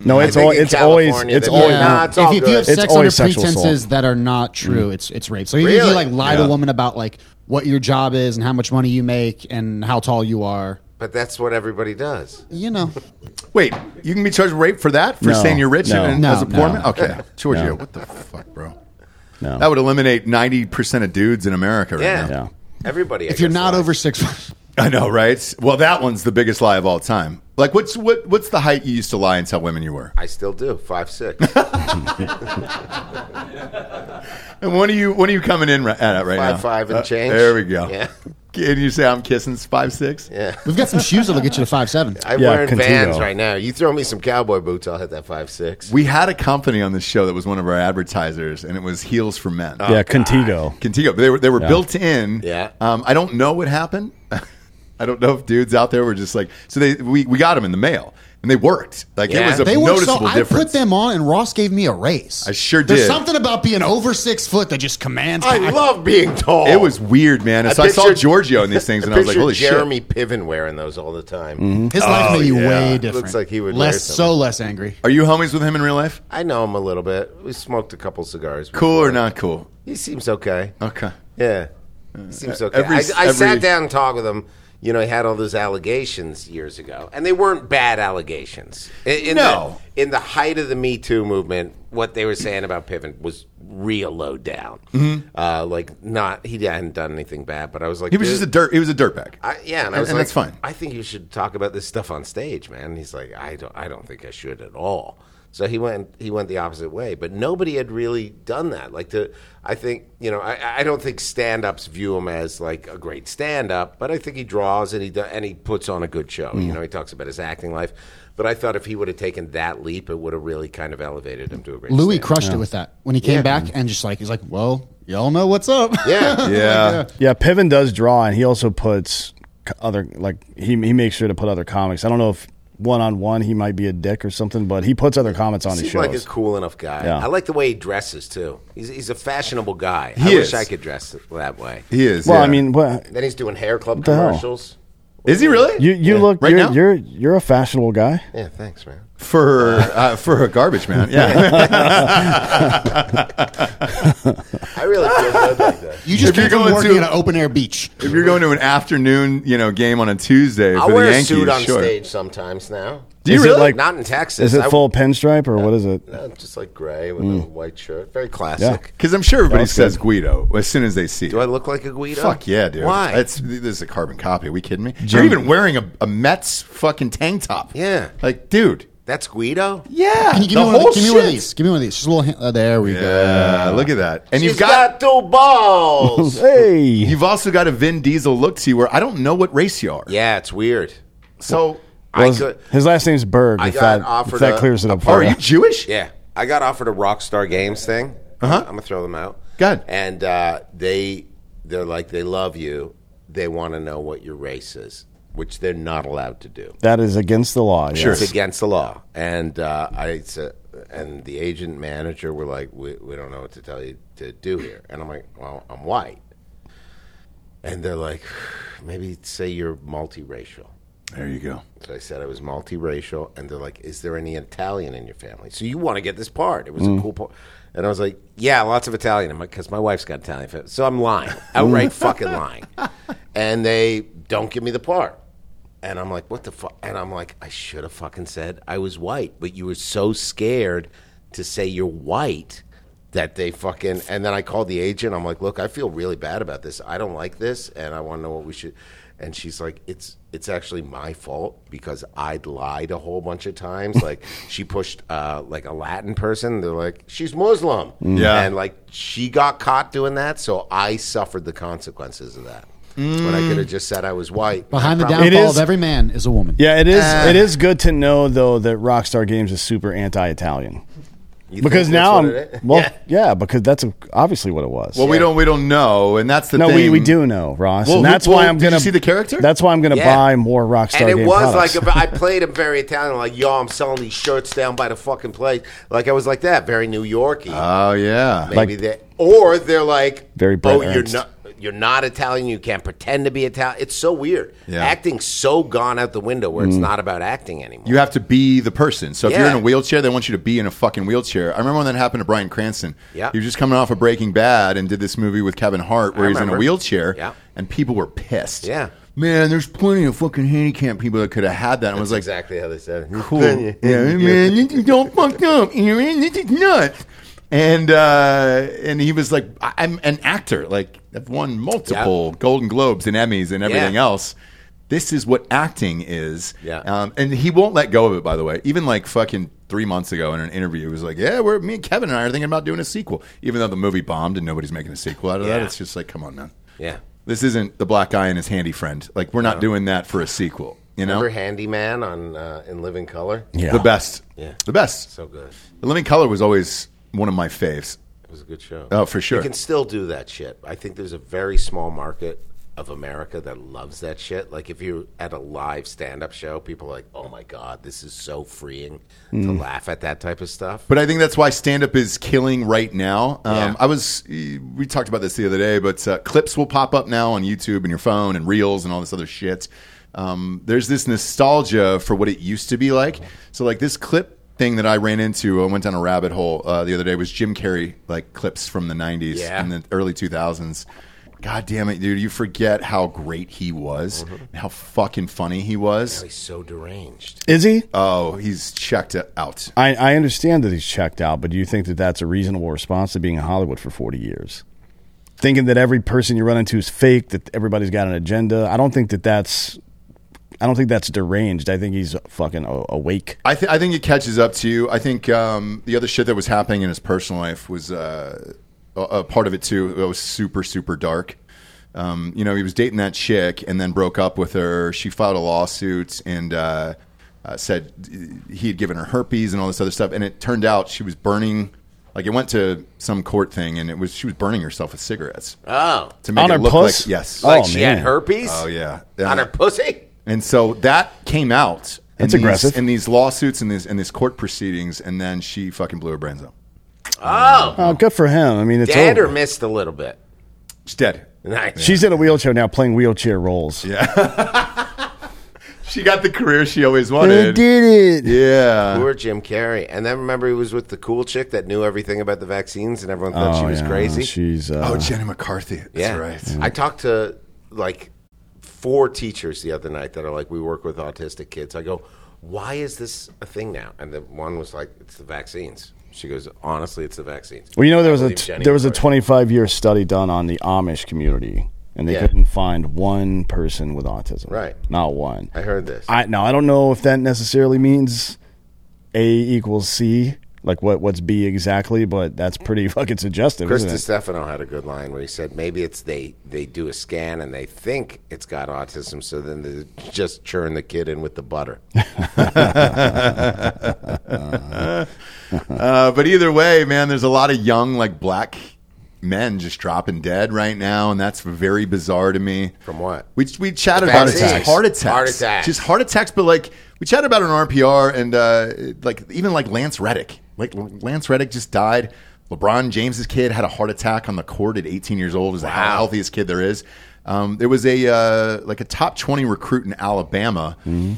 no. It's I think al- in it's always California it's they- always Yeah. Nah, it's if, all if you have good. It's sex under always sexual pretenses assault. that are not true, it's it's rape. So even if Really? you like lie to Yeah. a woman about like what your job is and how much money you make and how tall you are, But that's what everybody does. you know, Wait, you can be charged with rape for that for No, saying you're rich no, and, no, as a poor no. man? Okay, Giorgio, No. what the fuck, bro? no. That would eliminate ninety percent of dudes in America right Yeah. now. yeah. Everybody. I if you're guess, not lies. over six foot, I know, right? Well, that one's the biggest lie of all time. Like, what's what? What's the height you used to lie and tell women you were? I still do five six. And when are you when are you coming in ri- at it right now? Five five and Uh, change. There we go. Yeah. Can you say I'm kissing five six? Yeah. we've got some shoes that'll get you to five seven. I'm Yeah, wearing Contigo. Vans right now. You throw me some cowboy boots, I'll hit that five six. We had a company on this show that was one of our advertisers, and it was Heels for Men. Oh, yeah. Contigo. Contigo. They were they were built in. Yeah. Um, I don't know what happened. I don't know if dudes out there were just like so they we, we got them in the mail and they worked. Like it Yeah. was a They were so noticeable I difference. put them on and Ross gave me a raise. I sure did. There's something about being over six foot that just commands. I pack. love being tall. it was weird, man. And so I saw pictured- Giorgio in these things, and I was like, picture "Holy Jeremy shit!" Mm-hmm. Piven wearing those all the time. His life may be Oh, yeah. way Looks different. like he would wear less something. so less angry. Are you homies with him in real life? I know him a little bit. We smoked a couple cigars. Cool before. or not cool? He seems okay. Okay. Yeah. He seems okay. Mm. E- every- I, I every- sat down and talked with him. You know, he had all those allegations years ago, and they weren't bad allegations. In, in No. The, in the height of the Me Too movement, what they were saying about Piven was real low down. Uh, like, not he hadn't done anything bad, but I was like, Mm-hmm. He was dude, just a dirt. He was a dirtbag. I, yeah, and, I And- was and like, that's fine. I think you should talk about this stuff on stage, man. And he's like, I don't, I don't think I should at all. So he went he went the opposite way, but nobody had really done that. Like to, I think you know I, I don't think stand ups view him as like a great stand up, but I think he draws and he do, and he puts on a good show. Mm. You know he talks about his acting life, but I thought if he would have taken that leap, it would have really kind of elevated him to a great. Louis stand-up. crushed it with that when he came back and just like he's like, well, y'all know what's up. yeah, Yeah. Yeah, Piven does draw, and he also puts co- other like he he makes sure to put other comics. I don't know if one on one he might be a dick or something, but he puts other comments on his Seems shows. like a cool enough guy. Yeah. I like the way he dresses too. He's, he's a fashionable guy. I He wish is. I could dress that way. He is. well, I yeah. mean, what Then he's doing hair club the hell? commercials. is he really? you you look Right you're, now? you're you're a fashionable guy. Yeah, thanks, man. for uh, for a garbage man. Yeah, I really feel good like that. You just If you're keep going working to- at an open air beach. if you're going to an afternoon, you know, game on a Tuesday for I the wear Yankees, a suit on sure. stage sometimes now. Do you Is it really? like- Not in Texas. Is it I- Uh, full pinstripe or what is it? No, just like gray with Mm. a white shirt. Very classic. Because I'm sure everybody Sounds says good. Guido as soon as they see. Do I it. look like a Guido? Fuck yeah, dude. Why? That's this is a carbon copy. Are we kidding me? You're even wearing a, a Mets fucking tank top. Yeah. like dude. That's Guido? Yeah, Can you the give, me one, whole of, give me one of shit. these? Give me one of these. Just a little. Hint. Uh, there we go. Yeah, Uh, look at that. And She's you've got, two balls. Hey, you've also got a Vin Diesel look to you where I don't know what race you are. yeah, it's weird. So, I His- could, his last name's Berg. I if got that, if offered that a- clears it a up oh, for are you. you Jewish? Yeah, I got offered a Rockstar Games thing. Uh-huh. I'm gonna throw them out. Go ahead. And uh, they they're like they love you. They want to know what your race is, which they're not allowed to do. That is against the law. Sure. It's against the law. And uh, I said, and the agent manager were like, we, we don't know what to tell you to do here. And I'm like, well, I'm white. And they're like, maybe say you're multiracial. There you go. So I said I was multiracial, and they're like, "Is there any Italian in your family?" So you want to get this part? It was a cool part, and I was like, "Yeah, lots of Italian," because my wife's got Italian. fa- So I'm lying, outright fucking lying, and they don't give me the part, and I'm like, "What the fuck?" And I'm like, "I should have fucking said I was white," but you were so scared to say you're white that they fucking and then I called the agent. I'm like, look, I feel really bad about this. I don't like this, and I want to know what we should. And she's like, it's it's actually my fault because I lied a whole bunch of times. like she pushed uh, like a Latin person. They're like, she's Muslim, Mm. Yeah. and like she got caught doing that, so I suffered the consequences of that. When Mm. I could have just said I was white. Behind the I prob- downfall is- of every man is a woman. Yeah, it is. it is good to know though that Rockstar Games is super anti-Italian You think that's because now what I'm it is? well, yeah. because that's obviously what it was. Well, we don't we don't know, and that's the no, thing. we, we do know Ross, Well, and who- that's well, why I'm did you gonna see the character? That's why I'm gonna Yeah. buy more Rockstar. And it Game was products. like a, I played him very Italian, like yo, I'm selling these shirts down by the fucking place. Like I was like that, very New Yorky. Oh yeah, Maybe they or they're like Very Brett oh, you're Ernst. not you're not Italian. You can't pretend to be Italian. It's so weird. Yeah. Acting's so gone out the window where it's not about acting anymore. you have to be the person. So if you're Yeah. in a wheelchair, they want you to be in a fucking wheelchair. I remember when that happened to Brian Cranston. Yeah. he was just coming off of Breaking Bad and did this movie with Kevin Hart where I he's in a remember. wheelchair. Yeah. and people were pissed. Yeah. man, there's plenty of fucking handicapped people that could have had that. And I was That's like, exactly how they said. it. cool. Yeah, man, this is all fucked up, Aaron. This is nuts. And uh, and he was like, I- I'm an actor. Like I've won multiple Golden Globes and Emmys and everything Yeah. else. This is what acting is. Yeah. Um, and he won't let go of it. By the way, even like fucking three months ago in an interview, he was like, "Yeah, we're me and Kevin and I are thinking about doing a sequel." Even though the movie bombed and nobody's making a sequel out of that, Yeah. it's just like, come on, man. Yeah. This isn't the black guy and his handy friend. Like we're not doing that for a sequel. You know, Remember Handyman on uh, In Living Color? Yeah. the best. Yeah. The best. So good. The Living Color was always one of my faves. It was a good show. Oh, for sure. You can still do that shit. I think there's a very small market of America that loves that shit. Like if you're at a live stand-up show, people are like, "Oh my god, this is so freeing to Hmm. laugh at that type of stuff." But I think that's why stand up is killing right now. Um, Yeah. I was, we talked about this the other day, but uh, clips will pop up now on YouTube and your phone and reels and all this other shit. Um, there's this nostalgia for what it used to be like. So, like, this clip thing that I ran into, I went down a rabbit hole uh, the other day, was Jim Carrey, like, clips from the 90s Yeah. and the early 2000s. God damn it, dude. You forget how great he was, Mm-hmm. how fucking funny he was. He's so deranged. Is he? Oh, he's checked out. I, I understand that he's checked out, but do you think that that's a reasonable response to being in Hollywood for 40 years? Thinking that every person you run into is fake, that everybody's got an agenda. I don't think that that's I don't think that's deranged. I think he's fucking a- awake. I, th- I think it catches up to you. I think um, the other shit that was happening in his personal life was uh, a, a part of it too. It was super, super dark. Um, you know, he was dating that chick and then broke up with her. She filed a lawsuit and uh, uh, said he had given her herpes and all this other stuff. And it turned out she was burning. Like it went to some court thing, and it was she was burning herself with cigarettes Oh, to make On it her look puss? like yes, Oh, like she had man. herpes oh yeah, on her pussy. and so that came out. in That's these, aggressive. In these lawsuits and these and these court proceedings, and then she fucking blew her brains out. Oh, Oh, good for him. I mean, it's dead over. or missed a little bit. She's dead. Nice. She's in a wheelchair now, playing wheelchair roles. Yeah, She got the career she always they wanted. did it. Yeah. Poor Jim Carrey. And then remember he was with the cool chick that knew everything about the vaccines and everyone thought she was Oh, yeah. crazy. She's uh, Oh, Jenny McCarthy. That's yeah. right. I talked to like four teachers the other night that are like, we work with autistic kids. I go, why is this a thing now? And the one was like, it's the vaccines. She goes, honestly, it's the vaccines. Well, you know there was I a believe Jenny there was a McCarthy. 25 year study done on the Amish community, and they Yeah. couldn't find one person with autism. Right. not one. I heard this. I now I don't know if that necessarily means A equals C, like what what's B exactly, but that's pretty fucking suggestive, Chris isn't it? Stefano had a good line where he said maybe it's they they do a scan and they think it's got autism, so then they just churn the kid in with the butter. Uh, but either way, man, there's a lot of young like black men just dropping dead right now, and that's very bizarre to me. From what? We we chatted Heart about it. Just attacks. heart attacks. Heart attacks. Just heart attacks. But like we chatted about an RPR and uh, like even like Lance Reddick. Like Lance Reddick just died. LeBron James's kid had a heart attack on the court at 18 years old. Is the healthiest kid there is. Um, there was a uh, like a top 20 recruit in Alabama. Mm.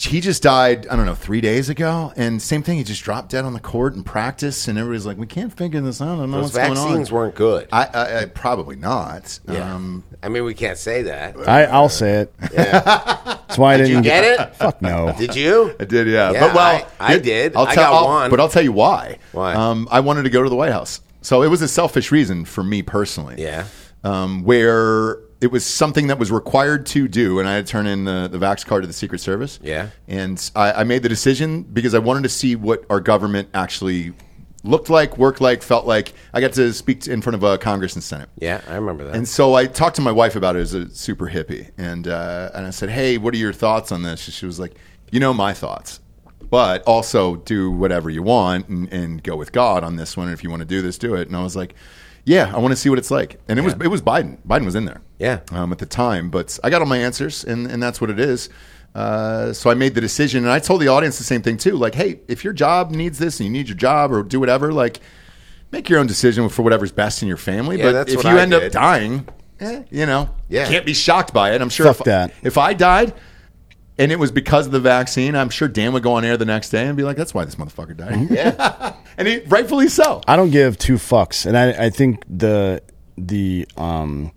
He just died. I don't know three days ago. And same thing. He just dropped dead on the court in practice. And everybody's like, we can't figure this out. I don't know Those what's going on. vaccines weren't good. I, I, I probably not. Yeah. Um, I mean, we can't say that. I, I'll say it. That's why I Did didn't you get it? Fuck no. Did you? I did, yeah. Yeah, but well, I- I did. I tell- got I'll- one. But I'll tell you why. Why? Um, I wanted to go to the White House, so it was a selfish reason for me personally. Yeah. Um, where it was something that was required to do, and I had to turn in the, the Vax card to the Secret Service. Yeah. And I, I made the decision because I wanted to see what our government actually looked like, worked like, felt like. I got to speak to- in front of uh, Congress and Senate. Yeah, I remember that. And so I talked to my wife about it as a super hippie, and uh, and I said, "Hey, what are your thoughts on this?" She was like, "You know my thoughts, but also do whatever you want and, and go with God on this one. if you want to do this, do it." And I was like, "Yeah, I want to see what it's like." And it was it was Biden. Biden was in there, Yeah. um, at the time. But I got all my answers, and and that's what it is. Uh, so I made the decision, and I told the audience the same thing too. Like, hey, if your job needs this, and you need your job, or do whatever, like. Make your own decision for whatever's best in your family, Yeah, but that's if what you I end up did. dying, eh, you know, Yeah. can't be shocked by it. I'm sure Fuck if, that. if I died and it was because of the vaccine, I'm sure Dan would go on air the next day and be like, "That's why this motherfucker died." Yeah, Mm-hmm. and he, rightfully so. I don't give two fucks, and I, I think the the um,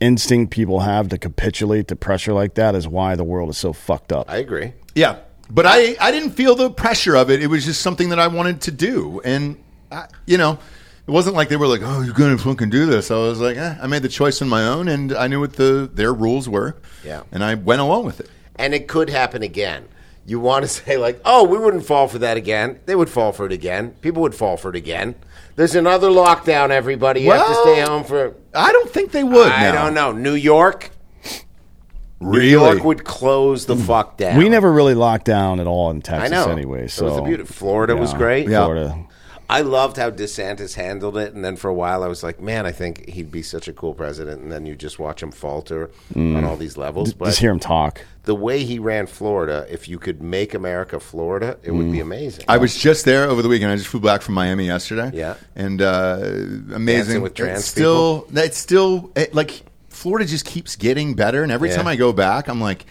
instinct people have to capitulate to pressure like that is why the world is so fucked up. I agree. Yeah, but I I didn't feel the pressure of it. It was just something that I wanted to do, and I, you know. It wasn't like they were like, "Oh, you're gonna fucking do this." I was like, eh, "I made the choice on my own, and I knew what the their rules were." Yeah. and I went along with it. And it could happen again. You want to say like, "Oh, we wouldn't fall for that again." They would fall for it again. People would fall for it again. There's another lockdown. Everybody, you have to Well, stay home for. I don't think they would. I now. don't know. New York, Really? New York would close the fuck down. We never really locked down at all in I Texas, know. anyway. So it was a beautiful. Florida was Yeah. great. Yeah. Florida. I loved how DeSantis handled it, and then for a while I was like, "Man, I think he'd be such a cool president." And then you just watch him falter on all these levels. But Just hear him talk. the way he ran Florida, if you could make America Florida, it would be amazing. I was just there over the weekend. I just flew back from Miami yesterday. Yeah. and uh, amazing. Dancing with trans it's still, it's still it, like Florida just keeps getting better, and every Yeah. time I go back, I'm like,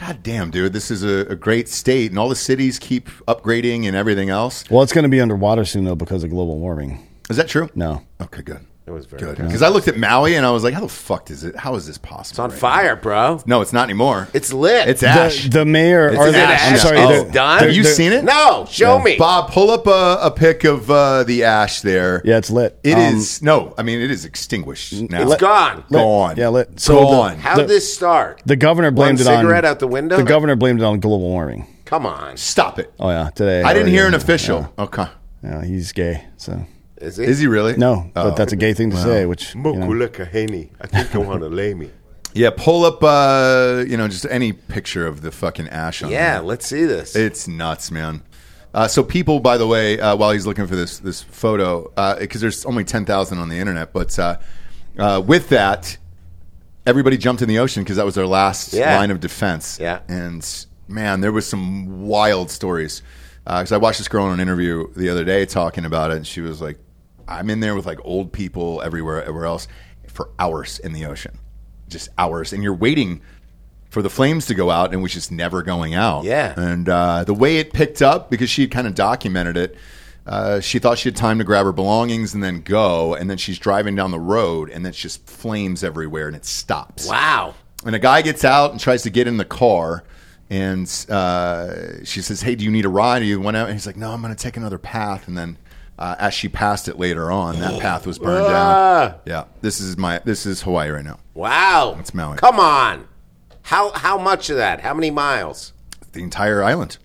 God damn, dude, this is a, a great state, and all the cities keep upgrading and everything else. Well, it's going to be underwater soon though because of global warming. Is that true? No, Okay, good. It was very Good. good. Because I looked at Maui and I was like, how the fuck is it? How is this possible? It's on fire, bro. No, it's not anymore. It's lit. It's ash. The, the mayor It's or an the, ash. I'm sorry, Oh, the- done? the- Have you the- seen it? No, show me. Bob, pull up a, a pic of uh, the ash there. Yeah, it's lit. It Um, is- no. I mean, it is extinguished now. It's gone. Lit. Gone. Yeah, lit. So So the- gone. How did this start? The governor blamed One it on cigarette out the window? The governor blamed it on global warming. Come on. Stop it. Oh yeah, today. I didn't already- hear an official. Okay. Yeah, he's gay. So Is Is he really? no, Oh. but that's a gay thing to say. Which you know. Mukula Kahini. I think I want to lay me. Yeah, pull up uh, you know, just any picture of the fucking ash on Yeah, there. let's see this. It's nuts, man. Uh, so people, by the way, uh, while he's looking for this this photo, because there's only ten thousand on the internet, but uh, uh, with that, everybody jumped in the ocean because that was their last Yeah. line of defense. Yeah. and man, there was some wild stories. Because I watched this girl in an interview the other day talking about it, and she was like, "I'm in there with like old people everywhere, everywhere else, for hours in the ocean, just hours, and you're waiting." For the flames to go out, and it was just never going out. Yeah. And uh, the way it picked up, because she had kind of documented it, uh, she thought she had time to grab her belongings and then go. And then she's driving down the road, and it's just flames everywhere, and it stops. wow. And a guy gets out and tries to get in the car. And uh, she says, Hey, do you need a ride? Or you went out? And he's like, No, I'm going to take another path. And then uh, as she passed it later on, that path was burned down. Yeah. This is my, this is Hawaii right now. Wow. That's Maui. Come on. How how much of that? How many miles? The entire island.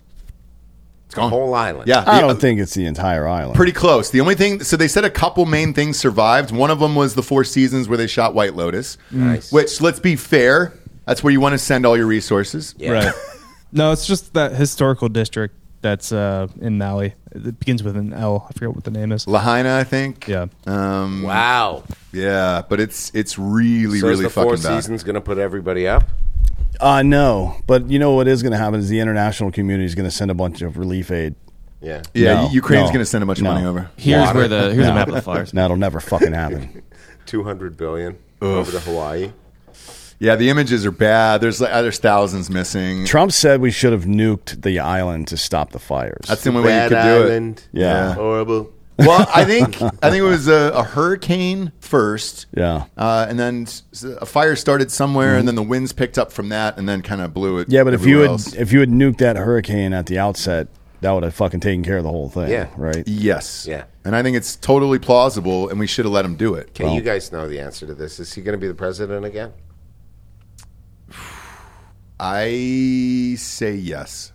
It's gone. Whole island. Yeah. I the- uh, don't think it's the entire island. Pretty close. The only thing, so they said a couple main things survived. One of them was the Four Seasons where they shot White Lotus. Nice. Which, let's be fair, that's where you want to send all your resources. Yeah. Right. no, it's just that historical district that's uh, in Maui. It begins with an L. I forget what the name is. Lahaina, I think. Yeah. Um, Wow. Yeah, but it's it's really So really is the fucking four bad. seasons going to put everybody up? Uh, no, but you know what is going to happen is the international community is going to send a bunch of relief aid. Yeah. Yeah, No, Ukraine's no, going to send a bunch of no. money over. Here's where the here's a map of the fires. That'll never fucking happen. 200 billion over to Hawaii. Yeah, the images are bad. There's like there's thousands missing. Trump said we should have nuked the island to stop the fires. That's the only way you Bad could do island. it. Yeah. Horrible. Well, I think I think it was a, a hurricane first. yeah. Uh, and then s- a fire started somewhere, and then the winds picked up from that, and then kind of blew it. Mm-hmm. Yeah, but if you everywhere had else. if you had nuked that hurricane at the outset, that would have fucking taken care of the whole thing. Yeah. Right. yes, Yeah. and I think it's totally plausible, and we should have let him do it. Okay, you guys know the answer to this. Is he going to be the president again? I say yes.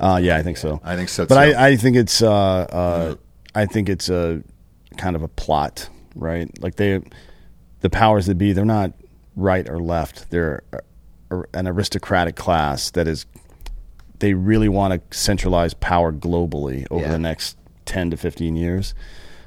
Uh, yeah, I think so. I think so, But too. I, I think it's uh, uh, I think it's a kind of a plot, right? Like they, the powers that be, they're not right or left. They're a- an aristocratic class that is. They really want to centralize power globally over Yeah. the next ten to fifteen years.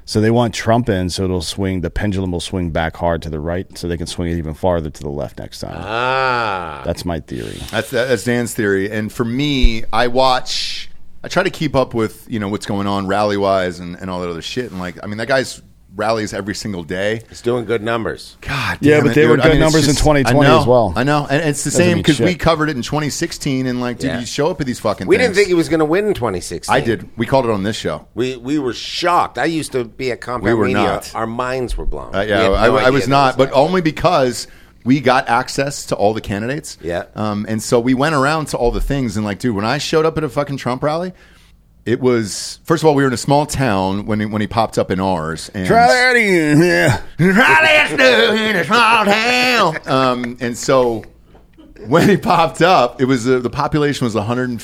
So they want Trump in, so it'll swing. The pendulum will swing back hard to the right, so they can swing it even farther to the left next time. Ah. That's my theory. That's that's Dan's theory, and for me, I watch. I try to keep up with you know what's going on rally wise and, and all that other shit, and like I mean that guy's rallies every single day. He's doing good numbers. God, Yeah, damn but it, they were dude. good it's numbers in just- 2020 I know, as well. I know, and it's the Doesn't same mean because we shit. covered it in 2016, and like, dude, Yeah. you show up at these fucking. We didn't things. think he was going to win in 2016. I did. We called it on this show. We we were shocked. I used to be at Compound We were Media. not. Our minds were blown. Uh, We yeah, had no I, I idea was that not, but happening. only because we got access to all the candidates. Yeah. Um, and so we went around to all the things, and like, dude, when I showed up at a fucking Trump rally, it was first of all we were in a small town when he, when he popped up in ours. And Try that again. Yeah. Rally's new in a small town. Um, and so when he popped up, it was uh, the population was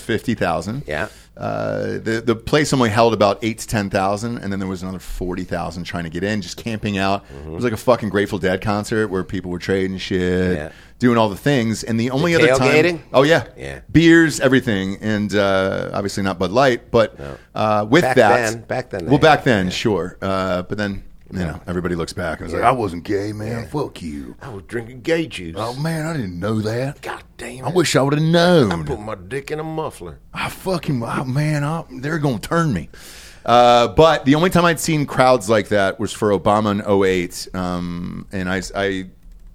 150,000. Yeah. Uh, the the place only held about eight to ten thousand, and then there was another forty thousand trying to get in, just camping out. It was like a fucking Grateful Dead concert where people were trading shit, Yeah. doing all the things. And the only other tailgating? time, oh yeah, Yeah. beers, everything, and uh, obviously not Bud Light, but uh, with Back that, then- back then they well, back had- then, sure, uh, but then you know everybody looks back and is like, I wasn't gay, man. Fuck you. I was drinking gay juice. Oh man, I didn't know that. God damn I it. wish I would have I known. put my dick in a muffler. I fucking oh, man, I, they're gonna turn me. Uh, but the only time I'd seen crowds like that was for Obama in 08. Um, and I, I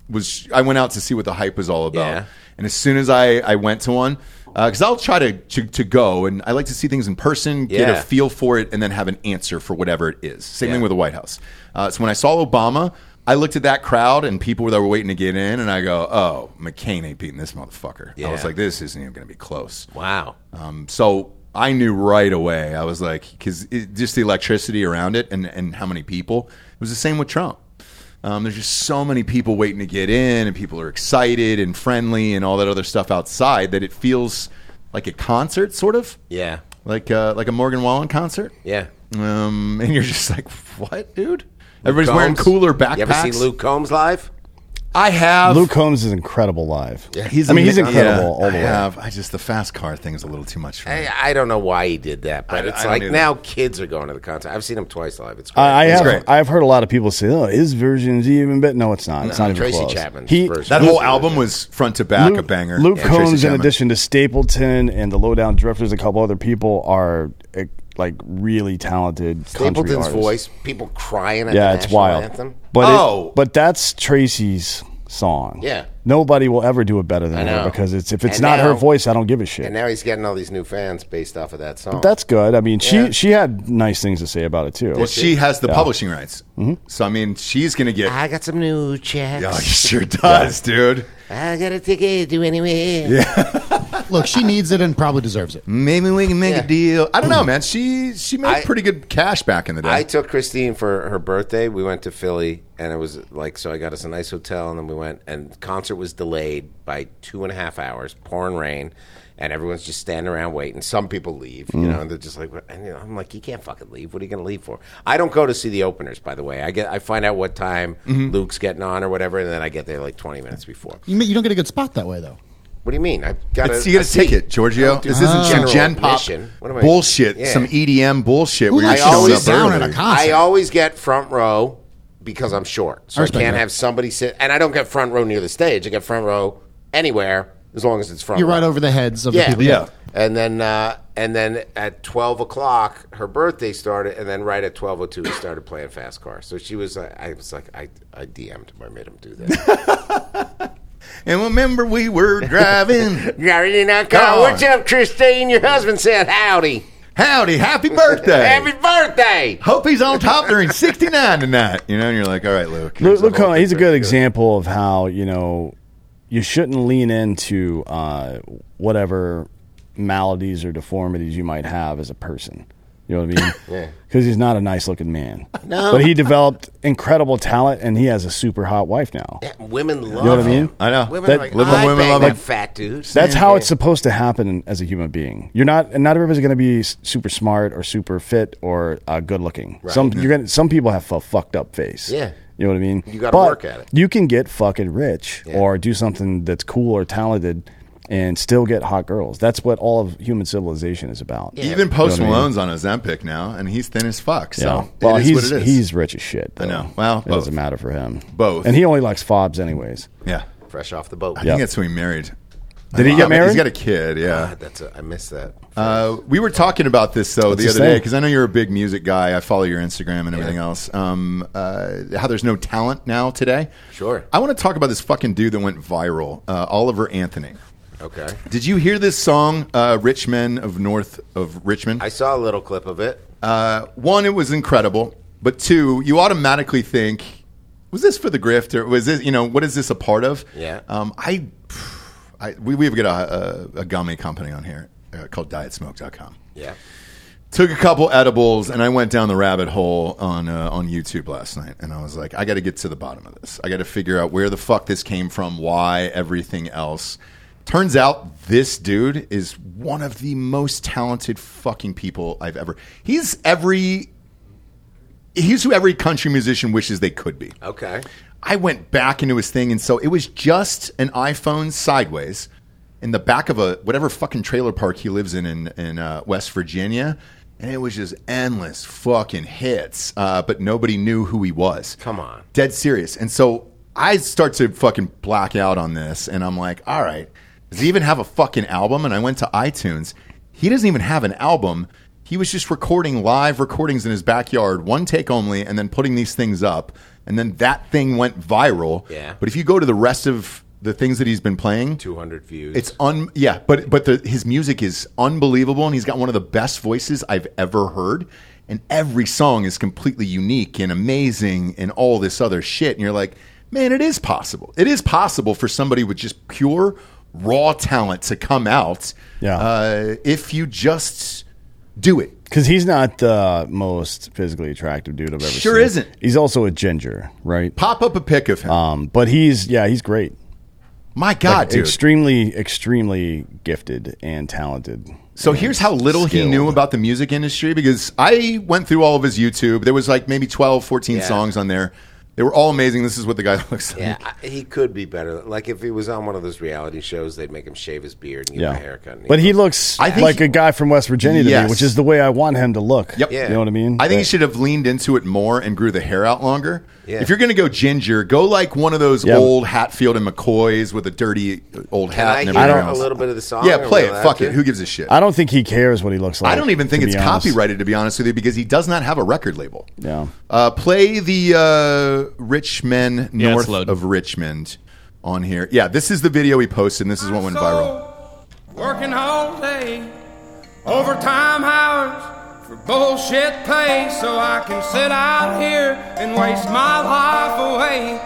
was I went out to see what the hype was all about. Yeah. And as soon as I, I went to one, Because I'll try to, to to go, and I like to see things in person, get a Yeah. feel for it, and then have an answer for whatever it is. Same thing with the White House. Uh, so when I saw Obama, I looked at that crowd and people that were waiting to get in, and I go, "Oh, McCain ain't beating this motherfucker." I was Yeah. like, "This isn't even going to be close." Wow. Um, so I knew right away. I was like, because just the electricity around it and, and how many people. It was the same with Trump. Um, there's just so many people waiting to get in, and people are excited and friendly and all that other stuff outside that it feels like a concert, sort of Yeah. like uh, like a Morgan Wallen concert. Yeah. Um, and you're just like, what, dude? Everybody's wearing Combs. cooler backpacks. You ever seen Luke Combs live? I have. Luke Combs is incredible live. Yeah, He's I mean, he's ama- incredible Yeah, all the I way. have. I just the fast car thing is a little too much for me. I, I don't know why he did that, but I- I it's don't like either. now kids are going to the concert. I've seen him twice live. It's great. I, I It's have. great. I've heard a lot of people say, "Oh, his version is even better." No, it's not. It's No, not even Tracy close. Chapman's He- version. That Luke- whole album was front to back a banger. Luke Yeah, Tracy Combs, in Chapman. addition to Stapleton and the Lowdown Drifters, a couple other people are eh, like really talented. country Stapleton's artists. voice, people crying at Yeah, the it's national wild. anthem. But Oh. it, but that's Tracy's song. Yeah. Nobody will ever do it better I than her know. because it's if it's And not her now- voice, I don't give a shit. And now he's getting all these new fans based off of that song. that's good. I mean, she Yeah. she had nice things to Mm-hmm. say about it too. Well, she has the publishing rights, so I mean, she's gonna get. I got some new checks. Yeah, she sure does, dude. I got a ticket to anywhere. Look, she needs it and probably deserves it. Maybe we can make Yeah. a deal. I don't know, man. She she made I- pretty good cash back in the day. I took Christine for her birthday. We went to Philly, and it was like so. I got us a nice hotel, and then we went. And concert was delayed by two and a half hours, pouring rain, and everyone's just standing around waiting. Some people leave, Mm. you know, and they're just like, "What-" and, you know, I'm like, you can't fucking leave. What are you going to leave for? I don't go to see the openers, by the way. I get, I find out what time Mm-hmm. Luke's getting on or whatever, and then I get there like 20 minutes before. You, may- you don't get a good spot that way, though. Uh-huh. What do you mean? I've got It's- you get a ticket, Giorgio. This isn't some general Gen Pop admission. What am I- bullshit, Yeah. some EDM bullshit. Where you're likes I to sit showing always up down early. at a concert? I always get front row because I'm short, so I I, respect can't that. have somebody sit. And I don't get front row near the stage. I get front row anywhere as long as it's front. You're row. right over the heads of Yeah, the people. Yeah. And then uh, and then at twelve o'clock, her birthday started, and then right at twelve o two, we started playing Fast Car. So she was. Uh, I was like, I I DM'd him. I made him do that. And remember, we were driving. You're in a Come car. on. What's up, Christine? Your husband said howdy. Howdy, happy birthday! Happy birthday. Hope he's on top during '69 tonight. You know, and you're like, all right, Luke. Luke, Luke Here's the Combs, he's a whole good thing. example of how you know you shouldn't lean into uh, whatever maladies or deformities you might have as a person. You know what I mean? yeah. Because he's not a nice looking man. No. But he developed incredible talent, and he has a super hot wife now. Yeah, Women love You know what I mean? him. I know. Women That- are like, live on I women, bang love that him. fat dude. That's how Yeah. it's supposed to happen as a human being. You're not, and not everybody's going to be s- super smart or super fit or uh, good looking. Some you're gonna, some people have a fucked up face. Mm-hmm. Yeah. you know what I mean. You gotta But work at it. You can get fucking rich Yeah. or do something that's cool or talented, and still get hot girls. That's what all of human civilization is about. Yeah. Even Post You know what I mean? Malone's on Ozempic now, and he's thin as fuck. So Yeah. it Well, is he's what it is. he's rich as shit. Though. know. Well, it both. doesn't matter for him. Both. and he only likes fobs, anyways. yeah. fresh off the boat. I think that's when he married. Did he Uh, get married? He's got a kid. Yeah. God, that's a, I miss that. Uh, we were talking about this though the his other day name? because I know you're a big music guy. I follow your Instagram and everything else. Um, uh, how there's no talent now today. Sure. I want to talk about this fucking dude that went viral, uh, Oliver Anthony. Okay, Did you hear this song, uh, "Rich Men of North of Richmond"? I saw a little clip of it. Uh, one, it was incredible, but two, you automatically think, was this for the grift or was this, you know, what is this a part of? Yeah. Um, I, I we, we've got a, a, a gummy company on here uh, called dietsmoke.com. Yeah, Took a couple edibles and I went down the rabbit hole on uh, on YouTube last night, and I was like, I got to get to the bottom of this. I got to figure out where the fuck this came from, why everything else. Turns out this dude is one of the most talented fucking people I've ever. He's every. He's who every country musician wishes they could be. okay. I went back into his thing, and so it was just an iPhone sideways in the back of a whatever fucking trailer park he lives in in, in uh, West Virginia, and it was just endless fucking hits. Uh, but nobody knew who he was. Come on. dead serious. And so I start to fucking black out on this, and I'm like, all right, does he even have a fucking album? And I went to iTunes. He doesn't even have an album. He was just recording live recordings in his backyard, one take only, and then putting these things up. And then that thing went viral. Yeah. But if you go to the rest of the things that he's been playing. Two hundred views. It's un yeah, but but the, his music is unbelievable, and he's got one of the best voices I've ever heard. And every song is completely unique and amazing, and all this other shit. And you're like, man, it is possible. It is possible for somebody with just pure raw talent to come out. Yeah. uh, if you just do it. Because he's not the most physically attractive dude I've ever Sure seen. isn't. He's also a ginger, right? Pop up a pic of him. Um, but he's yeah, he's great. My God, dude. Extremely, extremely gifted and talented. So here's how little he skilled. knew about the music industry because I went through all of his YouTube. There was like maybe 12, 14 Yeah. songs on there. They were all amazing. This is what the guy looks like. yeah, I- he could be better. Like if he was on one of those reality shows, they'd make him shave his beard and give Yeah, him a haircut. and but he looks I think like he- a guy from West Virginia to Yes. me, which is the way I want him to look. Yep. Yeah. you know what I mean. I think he But- should have leaned into it more and grew the hair out longer. Yeah. If you're going to go ginger, go like one of those Yeah. old Hatfield and McCoys with a dirty old Can hat I and hear everything a else. little bit of the song? Are yeah, we play it. allowed Fuck to? it. Who gives a shit? I don't think he cares what he looks like. I don't even think to it's be honest. copyrighted, to be honest with you, because he does not have a record label. Yeah. Uh, play the uh, Rich Men Yeah, it's North loaded. of Richmond on here. Yeah, this is the video he posted, and this is what went viral. Working all day, overtime hours for bullshit pay, so I can sit out here and waste my life away.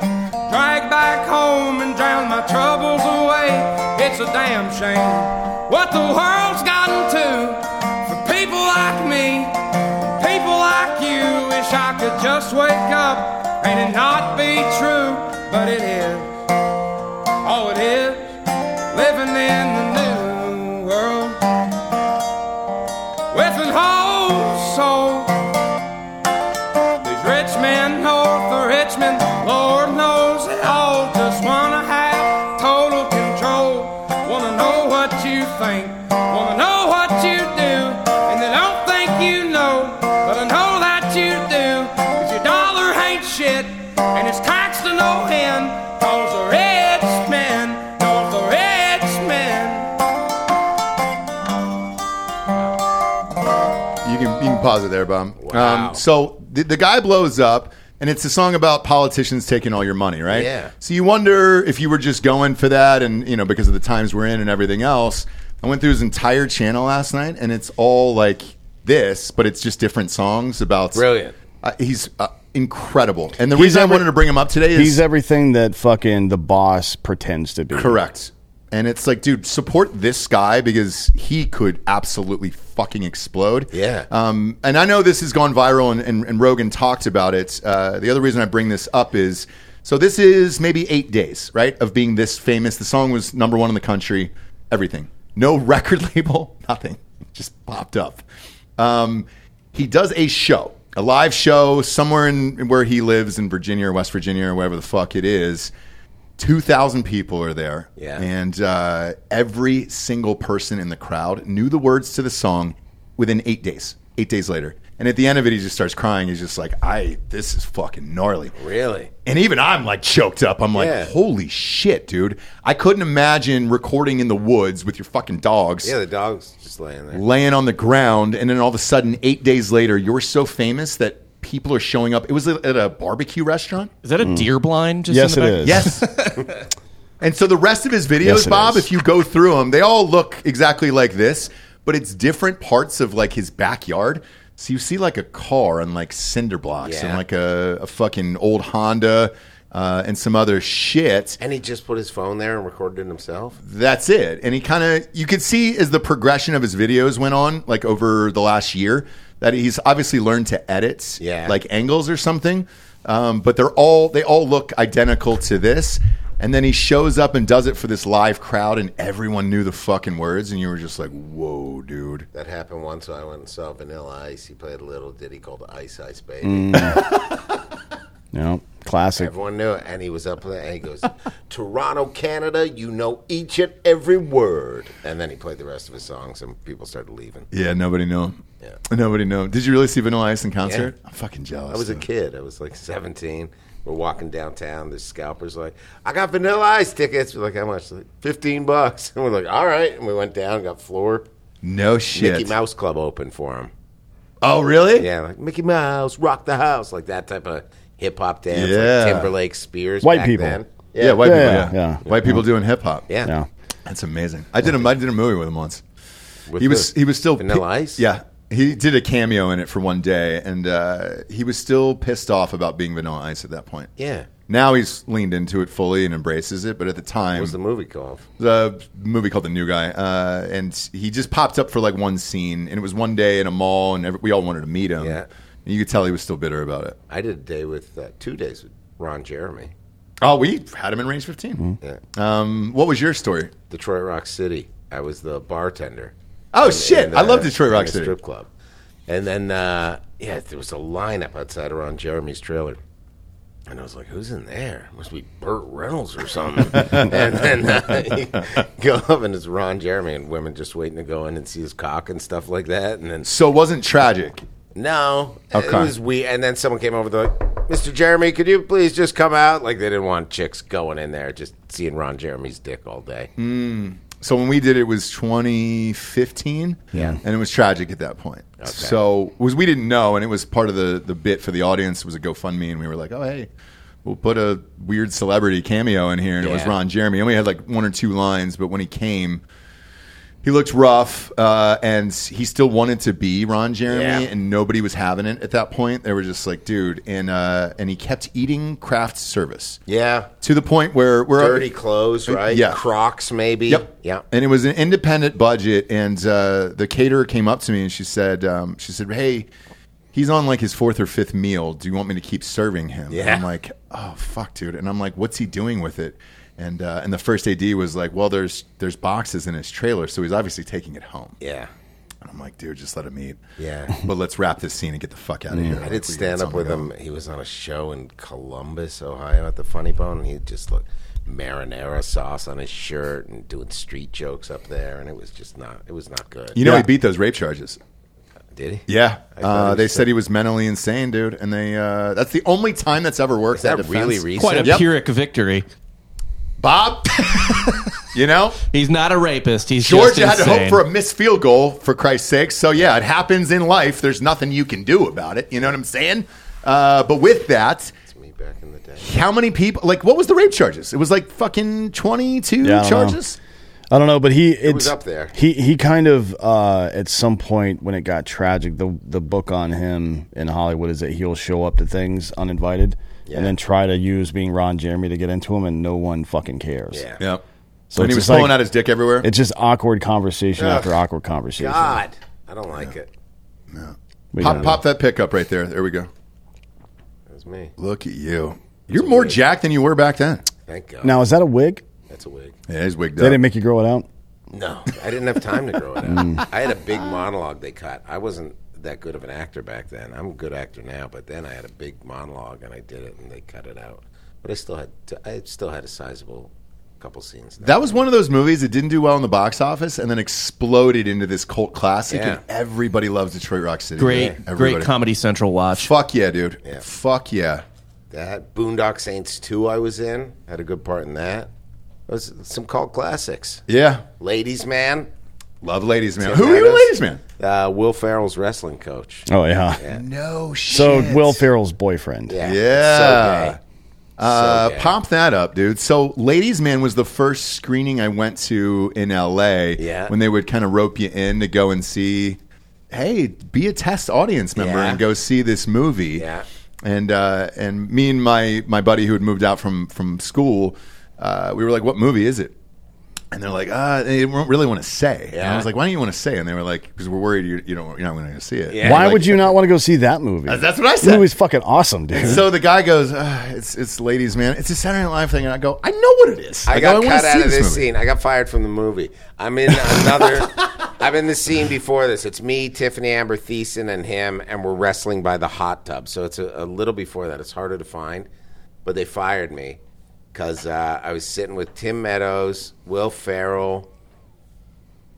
Drag back home and drown my troubles away. It's a damn shame what the world's gotten to for people like me. People like you wish I could just wake up and it not be true, but it is. Oh, it is living in the new world with an whole soul. These rich men north of Richmond, Lord knows they all just wanna have total control. Wanna know what you think, wanna know what you do, and they don't think you know, but I know that you do. 'Cause your dollar ain't shit, and it's taxed to no end. Cause the rich men, cause the rich men. You can you can pause it there, Bob. Wow. Um, so the, the guy blows up, and it's a song about politicians taking all your money, right? Yeah. So you wonder if you were just going for that, and you know because of the times we're in and everything else. I went through his entire channel last night, and it's all like this, but it's just different songs about. Brilliant. Uh, he's uh, incredible, and the He's reason I every- wanted to bring him up today is He's everything that fucking the boss pretends to be. Correct. And it's like, dude, support this guy because he could absolutely fucking explode. Yeah. Um, and I know this has gone viral, and, and, and Rogan talked about it. Uh, the other reason I bring this up is so this is maybe eight days, right, of being this famous. The song was number one in the country, everything. No record label, nothing. Just popped up. Um, he does a show, a live show somewhere in where he lives in Virginia or West Virginia or wherever the fuck it is. 2,000 people are there. Yeah. And uh, every single person in the crowd knew the words to the song within eight days, eight days later. And at the end of it, he just starts crying. He's just like, I, this is fucking gnarly. Really? And even I'm like choked up. I'm like, Yeah. holy shit, dude. I couldn't imagine recording in the woods with your fucking dogs Yeah, the dog's just laying there. laying on the ground, and then all of a sudden, eight days later, you're so famous that people are showing up. It was at a barbecue restaurant. Is that a deer blind? Just Yes, in the it back? is. Yes. and so the rest of his videos, Yes, it Bob, is. if you go through them, they all look exactly like this, but it's different parts of like his backyard. So you see like a car and like cinder blocks and Yeah. like a, a fucking old Honda uh, and some other shit. And he just put his phone there and recorded it himself. That's it. And he kind of, you could see as the progression of his videos went on, like over the last year, that he's obviously learned to edit, Yeah. like angles or something. Um, but they're all, they all look identical to this. And then he shows up and does it for this live crowd, and everyone knew the fucking words. And you were just like, whoa, dude. That happened once. So I went and saw Vanilla Ice. He played a little ditty called Ice Ice Baby. Mm. You know, classic. Everyone knew it. And he was up there and he goes, Toronto, Canada, you know each and every word. And then he played the rest of his songs and people started leaving. Yeah, nobody knew. Yeah. Nobody knew. Did you really see Vanilla Ice in concert? Yeah. I'm fucking jealous. I was a dude. kid. I was like 17. We're walking downtown. This scalper's like, I got Vanilla Ice tickets. We're like, how much? Like, 15 bucks. And we're like, all right. And we went down, got floor. No shit. Mickey Mouse Club open for him. Oh, really? Yeah, like Mickey Mouse, rock the house, like that type of hip hop dance. Yeah. Like Timberlake, Spears. White back people. Then. Yeah, white Yeah, people. yeah, Yeah, yeah. white people doing hip hop. Yeah. Yeah. that's amazing. I did a I did a movie with him once. With he was the he was still Vanilla pi- Ice? Yeah, he did a cameo in it for one day, and uh, he was still pissed off about being Vanilla Ice at that point. Yeah. Now he's leaned into it fully and embraces it, but at the time, What was the movie called? the movie called The New Guy, uh, and he just popped up for like one scene, and it was one day in a mall, and every, we all wanted to meet him. Yeah. and you could tell he was still bitter about it. I did a day with uh, two days with Ron Jeremy. Oh, we had him in Range 15 Yeah. Um, what was your story? Detroit Rock City. I was the bartender. Oh In- shit! in the- I love Detroit in Rock the City. strip club. And then uh, yeah, there was a lineup outside around Jeremy's trailer. And I was like, "Who's in there? Must be Burt Reynolds or something." and then uh, you go up, and it's Ron Jeremy, and women just waiting to go in and see his cock and stuff like that. And then So it wasn't tragic. no, it Okay. was we. And then someone came over, they're like, "Mr. Jeremy, could you please just come out?" Like they didn't want chicks going in there just seeing Ron Jeremy's dick all day. Mm. So when we did it was 2015, yeah, and it was tragic at that point. So it was we didn't know, and it was part of the the bit for the audience was a GoFundMe, and we were like, oh hey, we'll put a weird celebrity cameo in here, and it was Yeah. Ron Jeremy. And we had like one or two lines, but when he came. He looked rough, uh, and he still wanted to be Ron Jeremy, Yeah. and nobody was having it at that point. They were just like, "Dude," and uh, and he kept eating craft service Yeah, to the point where we're dirty clothes, right? Uh, Yeah. Crocs, maybe. Yep. Yeah. And it was an independent budget, and uh, the caterer came up to me and she said, um, she said, hey, he's on like his fourth or fifth meal. Do you want me to keep serving him? And Yeah. I'm like, oh fuck, dude. And I'm like, what's he doing with it? And uh, and the first AD was like, well, there's there's boxes in his trailer, so he's obviously taking it home. Yeah. And I'm like, dude, just let him eat. Yeah. Mm, But let's wrap this scene and get the fuck out of here. I did stand up with him. He was on a show in Columbus, Ohio at the Funny Bone, and he just looked marinara sauce on his shirt and doing street jokes up there and it was just not it was not good. You know, Yeah. he beat those rape charges. Did he? Yeah, I thought uh, he they was said he was mentally insane, dude, and they—that's the only time that's ever worked. Is that defense. really recent? Quite a Yep. Pyrrhic victory. Bob? you know, He's not a rapist. He's Georgia had just to hope insane. for a missed field goal, for Christ's sake. So, yeah, it happens in life. There's nothing you can do about it. You know what I'm saying? Uh, but with that, It's me back in the day. how many people, like, what was the rape charges? It was like fucking 22 Yeah, I don't know. charges? I don't know, but he it's, was up there. He he kind of uh, at some point when it got tragic, the the book on him in Hollywood is that he'll show up to things uninvited Yeah. and then try to use being Ron Jeremy to get into him, and no one fucking cares. Yeah. Yep. So So and it's he was just like- pulling out his dick everywhere. It's just awkward conversation Ugh. after awkward conversation. God. I don't like it. We pop, don't know. pop that pickup right there. There we go. That was me. Look at you. You're more jacked than you were back then. Thank God. Now is that a wig? That's a wig. Yeah, he's wigged They up. didn't make you grow it out. No, I didn't have time to grow it Mm. out. I had a big monologue they cut. I wasn't that good of an actor back then. I'm a good actor now, but then I had a big monologue and I did it and they cut it out. But I still had I still had a sizable couple scenes. in That was one of those movies that didn't do well in the box office and then exploded into this cult classic. Yeah. And everybody loves Detroit Rock City. great, Everybody. great Comedy Central watch. Fuck yeah, dude. Yeah. Fuck yeah. That Boondock Saints 2 I was in, had a good part in that. It was some cult classics. Yeah. Ladies Man, Love Ladies Man. Tim Who are you, Davis. Ladies Man? uh, Will Farrell's wrestling coach. Oh yeah. No shit. So Will Ferrell's boyfriend. Yeah. Yeah. So gay. Uh, So gay. Pop that up, dude. So, Ladies Man was the first screening I went to in LA Yeah. when they would kind of rope you in to go and see, hey, be a test audience member Yeah. and go see this movie. Yeah. And uh, and me and my my buddy who had moved out from from school, uh, we were like, "What movie is it?" And they're like, "Ah, they don't really want to say." And I Yeah. was like, "Why don't you want to say?" And they were like, "Because we're worried you, you don't you're not going to see it." Yeah. Why Like- would you not want to go see that movie? That's what I That said. movie's fucking awesome, dude. So the guy goes, "Ah, "It's it's ladies, man. It's a Saturday Night Live thing." And I go, "I know what it is. I Like, got wanna cut out see of this movie." scene. I got fired from the movie. I'm in another. I'm in the scene before this. It's me, Tiffany Amber Thiessen, and him, and we're wrestling by the hot tub. So it's a, a little before that. It's harder to find, but they fired me because uh, I was sitting with Tim Meadows, Will Farrell.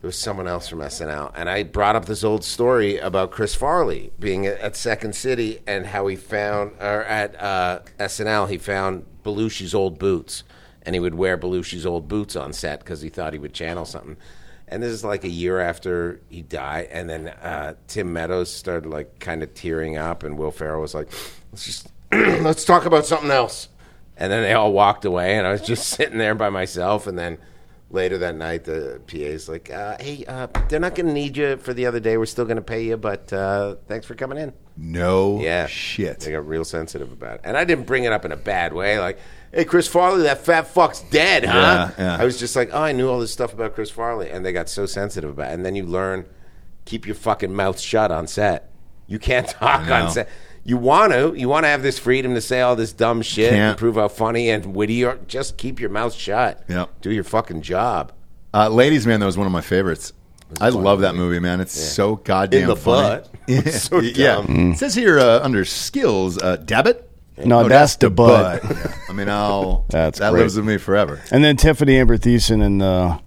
There was someone else from SNL, and I brought up this old story about Chris Farley being at- at Second City and how he found, or at uh, SNL, he found Belushi's old boots, and he would wear Belushi's old boots on set because he thought he would channel something. And this is like a year after he died, and then uh, Tim Meadows started like kind of tearing up, and Will Ferrell was like, "Let's just let's talk about something else." And then they all walked away, and I was just sitting there by myself. And then later that night, the PA's like, uh, "Hey, uh, they're not going to need you for the other day. We're still going to pay you, but uh, thanks for coming in." No Yeah, shit. They got real sensitive about it, and I didn't bring it up in a bad way. Like, "Hey, Chris Farley, that fat fuck's dead, huh?" Yeah, yeah. I was just like, "Oh, I knew all this stuff about Chris Farley," and they got so sensitive about. it. And then you learn, keep your fucking mouth shut on set. You can't talk I know. on set. You want to, you want to have this freedom to say all this dumb shit Can't. and prove how funny and witty you are. Just keep your mouth shut. Yep. Do your fucking job. Uh, Ladies Man, that was one of my favorites. I love that movie, man. It's so goddamn In the funny. butt. It's so yeah. dumb. It says here uh, under skills, uh, Dabbit. No, that's the butt. Yeah. I mean, I'll That's that great. lives with me forever. And then Tiffany Amber Thiessen and uh,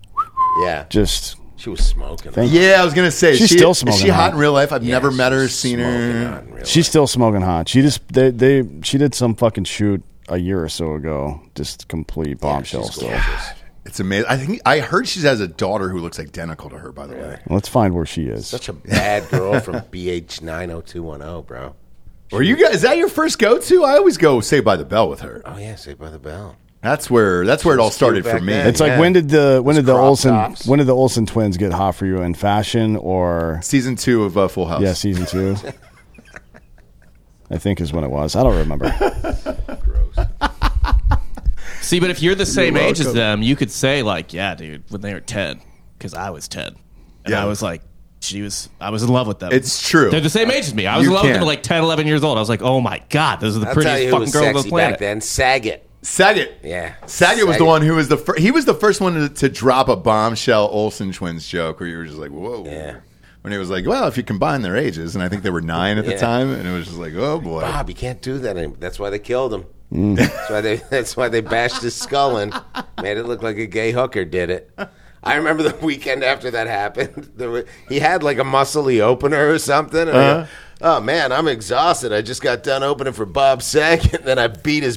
Yeah. just she was smoking. Thank- Yeah, I was gonna say She's she, still Is smoking she hot hot. in real life? I've Yeah, never met she her, was seen smoking her. on real she's still smoking hot. She just they they she did some fucking shoot a year or so ago. Just complete bombshell she's stuff. gorgeous. It's amazing. I think I heard she has a daughter who looks identical to her. By the way, Let's find where she is. Such a bad girl from BH nine oh two one oh, bro. were you guys? Is that your first go to? I always go Saved by the Bell with her. Oh yeah, Saved by the Bell. That's where that's where it all was started cute for back me. then. it's like yeah. when did the when Those did the crop Olsen tops. when did the Olsen twins get hot for you in fashion or season two of uh, Full House. yeah season two? I think is when it was. I don't remember. See, but if you're the same age as them, you could say like, "Yeah, dude," when they were ten, because I was ten, and Yeah. I was like, she was, I was in love with them. It's true. They're the same age as me. I was You in love with can. them at like 10, 11 years old. I was like, oh my god, those are the I'll tell prettiest you who fucking was girls on sexy the back planet. then. Saget. Saget. Yeah. Saget was the Saget. one who was the fir- he was the first one to, to drop a bombshell Olsen twins joke where you were just like, whoa. Yeah. When it was like, well, if you combine their ages, and I think they were nine at the Yeah. time, and it was just like, oh boy. Bob, you can't do that anymore. That's why they killed him. Mm. That's why they that's why they bashed his skull in. Made it look like a gay hooker did it. I remember the weekend after that happened. There was, he had like a muscly opener or something. and I go, Uh-huh. oh man, I'm exhausted. I just got done opening for Bob Saget, and then I beat his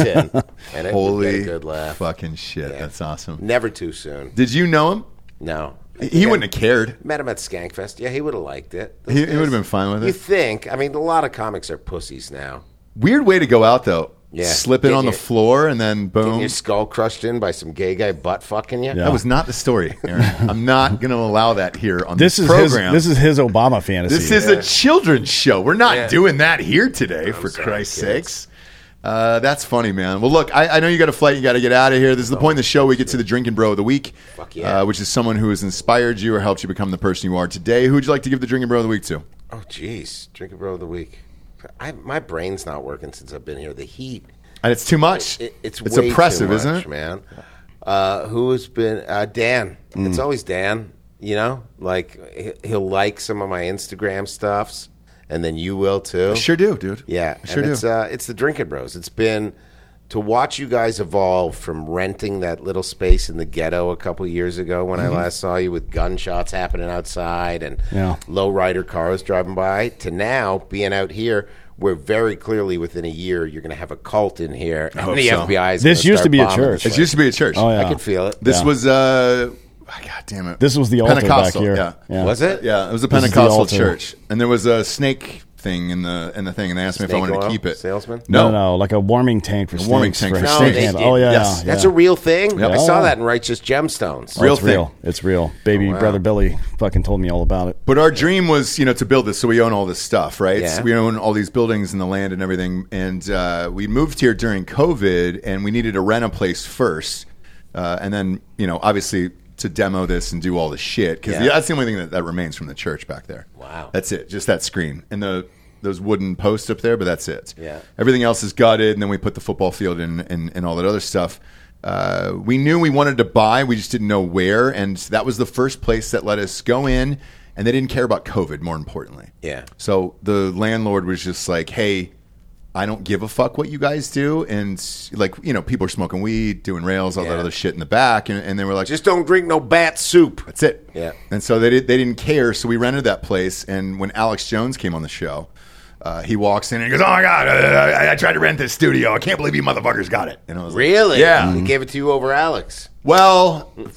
in. And it was a Holy good laugh. fucking shit. That's awesome. Never too soon. Did you know him? No. He wouldn't have cared. Met him at Skankfest. Yeah, he would have liked it. He- he would've been fine with it. You think? I mean, a lot of comics are pussies now. Weird way to go out though. Yeah. Slip it Get on the your- floor and then Getting boom. your skull crushed in by some gay guy butt fucking you. Yeah. That was not the story. Aaron. I'm not going to allow that here on This this, is program. his this is his Obama fantasy. This is a children's show. We're not Yeah. doing that here today, for sorry, Christ's kids. sakes. Uh, that's funny, man. Well, look, I, I know you got a flight. You got to get out of here. This is the point of the show we get to the drinking bro of the week, Fuck yeah. uh, which is someone who has inspired you or helped you become the person you are today. Who would you like to give the drinking bro of the week to? Oh, jeez. Drink a bro of the week. I, my brain's not working since I've been here. The heat. And it's too much. It, it's it's way too oppressive, much, isn't it? man? Uh, who has been uh, Dan? Mm. It's always Dan. You know, like he- he'll like some of my Instagram stuffs, and then you will too. I sure do, dude. Yeah, I sure and do. it's uh, it's the Drinking Bros. It's been to watch you guys evolve from renting that little space in the ghetto a couple years ago when Mm-hmm. I last saw you with gunshots happening outside and Yeah. lowrider cars driving by to now being out here. Where very clearly within a year you're going to have a cult in here, and hope the so. FBI is. This gonna used start to be a bombing the church. it used to be a church. oh yeah. I can feel it. This Yeah. was, uh, God damn it. This was the altar back Pentecostal. here. Yeah. Yeah. Was it? Yeah, it was a This is the Pentecostal altar. church, and there was a snake thing in the in the thing, and they asked me if I Snake wanted to oil? keep it. Salesman? No, No, no, no, like a warming tank for snakes. warming tank for for snakes. snake hand- No, they Oh did. yeah, Yes. yeah. That's a real thing. Yep. I saw Oh. that in Righteous Gemstones. real it's thing. real. It's real. Baby wow. brother Billy fucking told me all about it. But our dream was, you know, to build this, so we own all this stuff, right? Yeah. So we own all these buildings and the land and everything. And uh, we moved here during COVID, and we needed to rent a place first, uh, and then, you know, obviously to demo this and do all the shit because Yeah. that's the only thing that, that remains from the church back there. Wow. that's it, just that screen and the those wooden posts up there, but that's it. Yeah. everything else is gutted, and then we put the football field in and, and all that other stuff. Uh, we knew we wanted to buy, we just didn't know where, and that was the first place that let us go in. And they didn't care about COVID, more importantly. Yeah. So the landlord was just like, "Hey, I don't give a fuck what you guys do," and like you know, people are smoking weed, doing rails, all that Yeah. other shit in the back, and, and they were like, Just don't drink no bat soup. that's it. Yeah. And so they did, they didn't care. So we rented that place. And when Alex Jones came on the show, uh, he walks in and he goes, "Oh my god, uh, I, I tried to rent this studio. I can't believe you motherfuckers got it." And I was like, Really? Yeah. Mm-hmm. They gave it to you over Alex. "Well,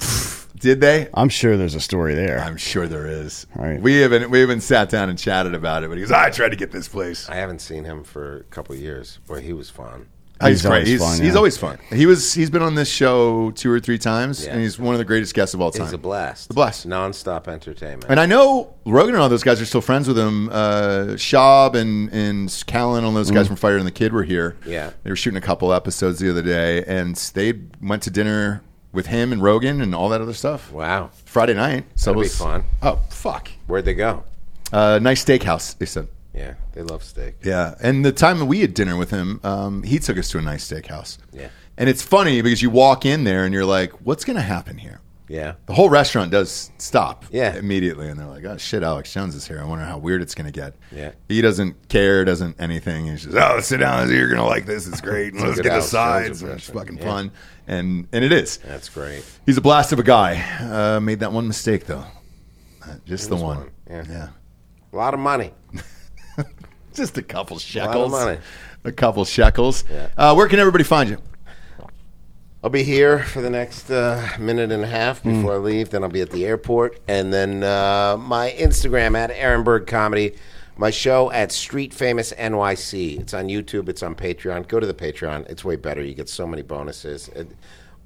did they?" I'm sure there's a story there. I'm sure there is. Right. We haven't we haven't sat down and chatted about it, but he goes, "I tried to get this place." I haven't seen him for a couple years. Boy, he was fun. He's, He's great. always he's, fun, he's yeah. always fun. He was he's been on this show two or three times, Yeah. and he's one of the greatest guests of all time. It's a blast. A blast. Non-stop entertainment. And I know Rogan and all those guys are still friends with him. Uh, Schaub and and Callan, all those guys from Fire and the Kid were here. Mm-hmm. Yeah. they were shooting a couple episodes the other day, and they went to dinner with him and Rogan and all that other stuff. wow. Friday night, so That'd it be was fun. Oh fuck! Where'd they go? Uh, nice steakhouse, they said. Yeah, they love steak. Yeah, and the time that we had dinner with him, um, he took us to a nice steakhouse. Yeah. and it's funny because you walk in there and you're like, "What's going to happen here?" Yeah. The whole restaurant does stop, Yeah. immediately, and they're like, "Oh shit, Alex Jones is here. I wonder how weird it's going to get." Yeah. he doesn't care, doesn't anything. He's just, "Oh, sit down. You're going to like this. It's great. And let's good get the Alex Jones sides. and It's impression. fucking fun." And and it is. That's great. He's a blast of a guy. Uh, made that one mistake though, Uh, just the one. one, yeah. yeah, A lot of money. just a couple of shekels. money. A couple shekels. Yeah. Uh, where can everybody find you? I'll be here for the next uh, minute and a half before I leave. Then I'll be at the airport, and then uh, my Instagram at Ehrenberg Comedy, my show at Street Famous NYC. It's on YouTube. It's on Patreon. Go to the Patreon. It's way better. You get so many bonuses. It,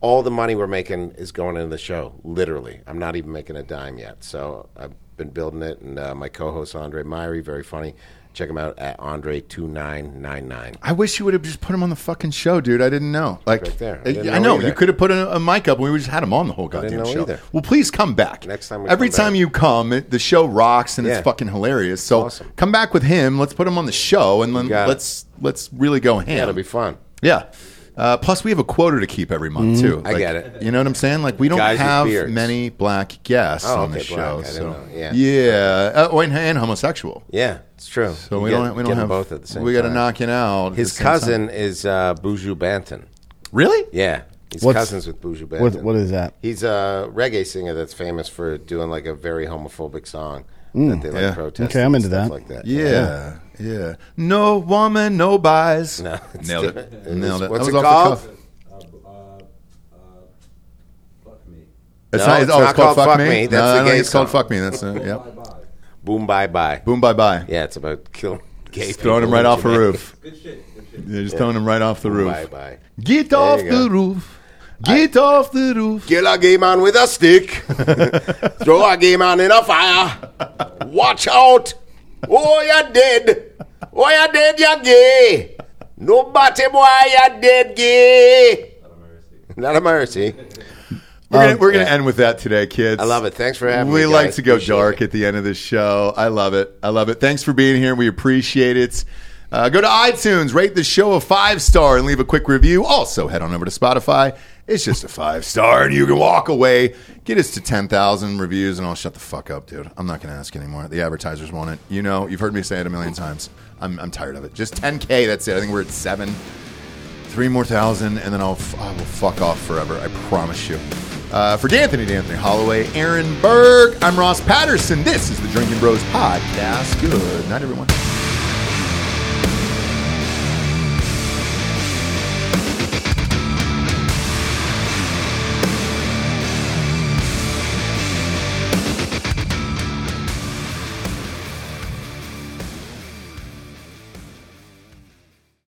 all the money we're making is going into the show. Literally, I'm not even making a dime yet. So I've been building it, and uh, my co-host Andre Myrie, very funny. Check him out at Andre two nine nine nine. I wish you would have just put him on the fucking show, dude. I didn't know. Like, Right there. I I, didn't I know know you either. could have put a, a mic up, and we would just had him on the whole didn't goddamn know show. either. Well, please come back. Next time we every come time back. you come, it, the show rocks and Yeah. it's fucking hilarious. So Awesome. come back with him. Let's put him on the show, and then got it. let's let's really go ham. Yeah, it'll be fun. Yeah. Uh, plus, we have a quota to keep every month too. Mm-hmm. I get it. You know what I'm saying? Like we don't Guys with have beards. many black guests Oh, on the okay, black. show. I didn't so know. Yeah. yeah. Uh, oh, and, and homosexual. Yeah, it's true. So we don't we don't have both at the same. We got to time. knock it out. at His the same time. cousin is uh, Buju Banton. Really? Yeah, he's What's- cousins with Buju Banton. What, what is that? He's a reggae singer that's famous for doing like a very homophobic song that they like yeah. protest. Hmm. Okay, I'm and into stuff that. Like that. Yeah. yeah. No woman, no buys. No, it's Nailed it. different. It Nailed was- it. what's That it was called? the cuff. Fuck me. It's, No, not, it's oh, not it's called, called Fuck Fuck Me. Me. no, That's I the don't gay think it's called song. Fuck Me. That's uh, yep. Boom, bye, bye. Boom, bye, bye. Yeah, it's about killing gay. Just people throwing him in right off a Jamaica. roof. Good shit. Good shit. They're just throwing him right off the Boom, roof. Bye, bye. Get you off go. the roof. Get off the roof. Kill a gay man with a stick. Throw a gay man in a fire. Watch out. Oh, you're dead. Oh, you're dead, you're gay. Nobody, boy, you're dead, gay. Not a mercy. We're gonna, we're gonna yeah. end with that today, kids. I love it. Thanks for having we me. like guys. to go Appreciate dark it. at the end of the show. I love it. I love it. Thanks for being here. We appreciate it. Uh, go to iTunes, rate the show a five star, and leave a quick review. Also, head on over to Spotify. It's just a five star, and you can walk away. Get us to 10,000 reviews, and I'll shut the fuck up, dude. I'm not going to ask anymore. The advertisers want it. You know, you've heard me say it a million times. I'm, I'm tired of it. Just 10K, that's it. I think we're at seven three more thousand, and then I'll f- I will fuck off forever. I promise you. Uh, for D'Anthony, D'Anthony Holloway, Aaron Berg, I'm Ross Patterson. This is the Drinking Bros Podcast. Good night, everyone.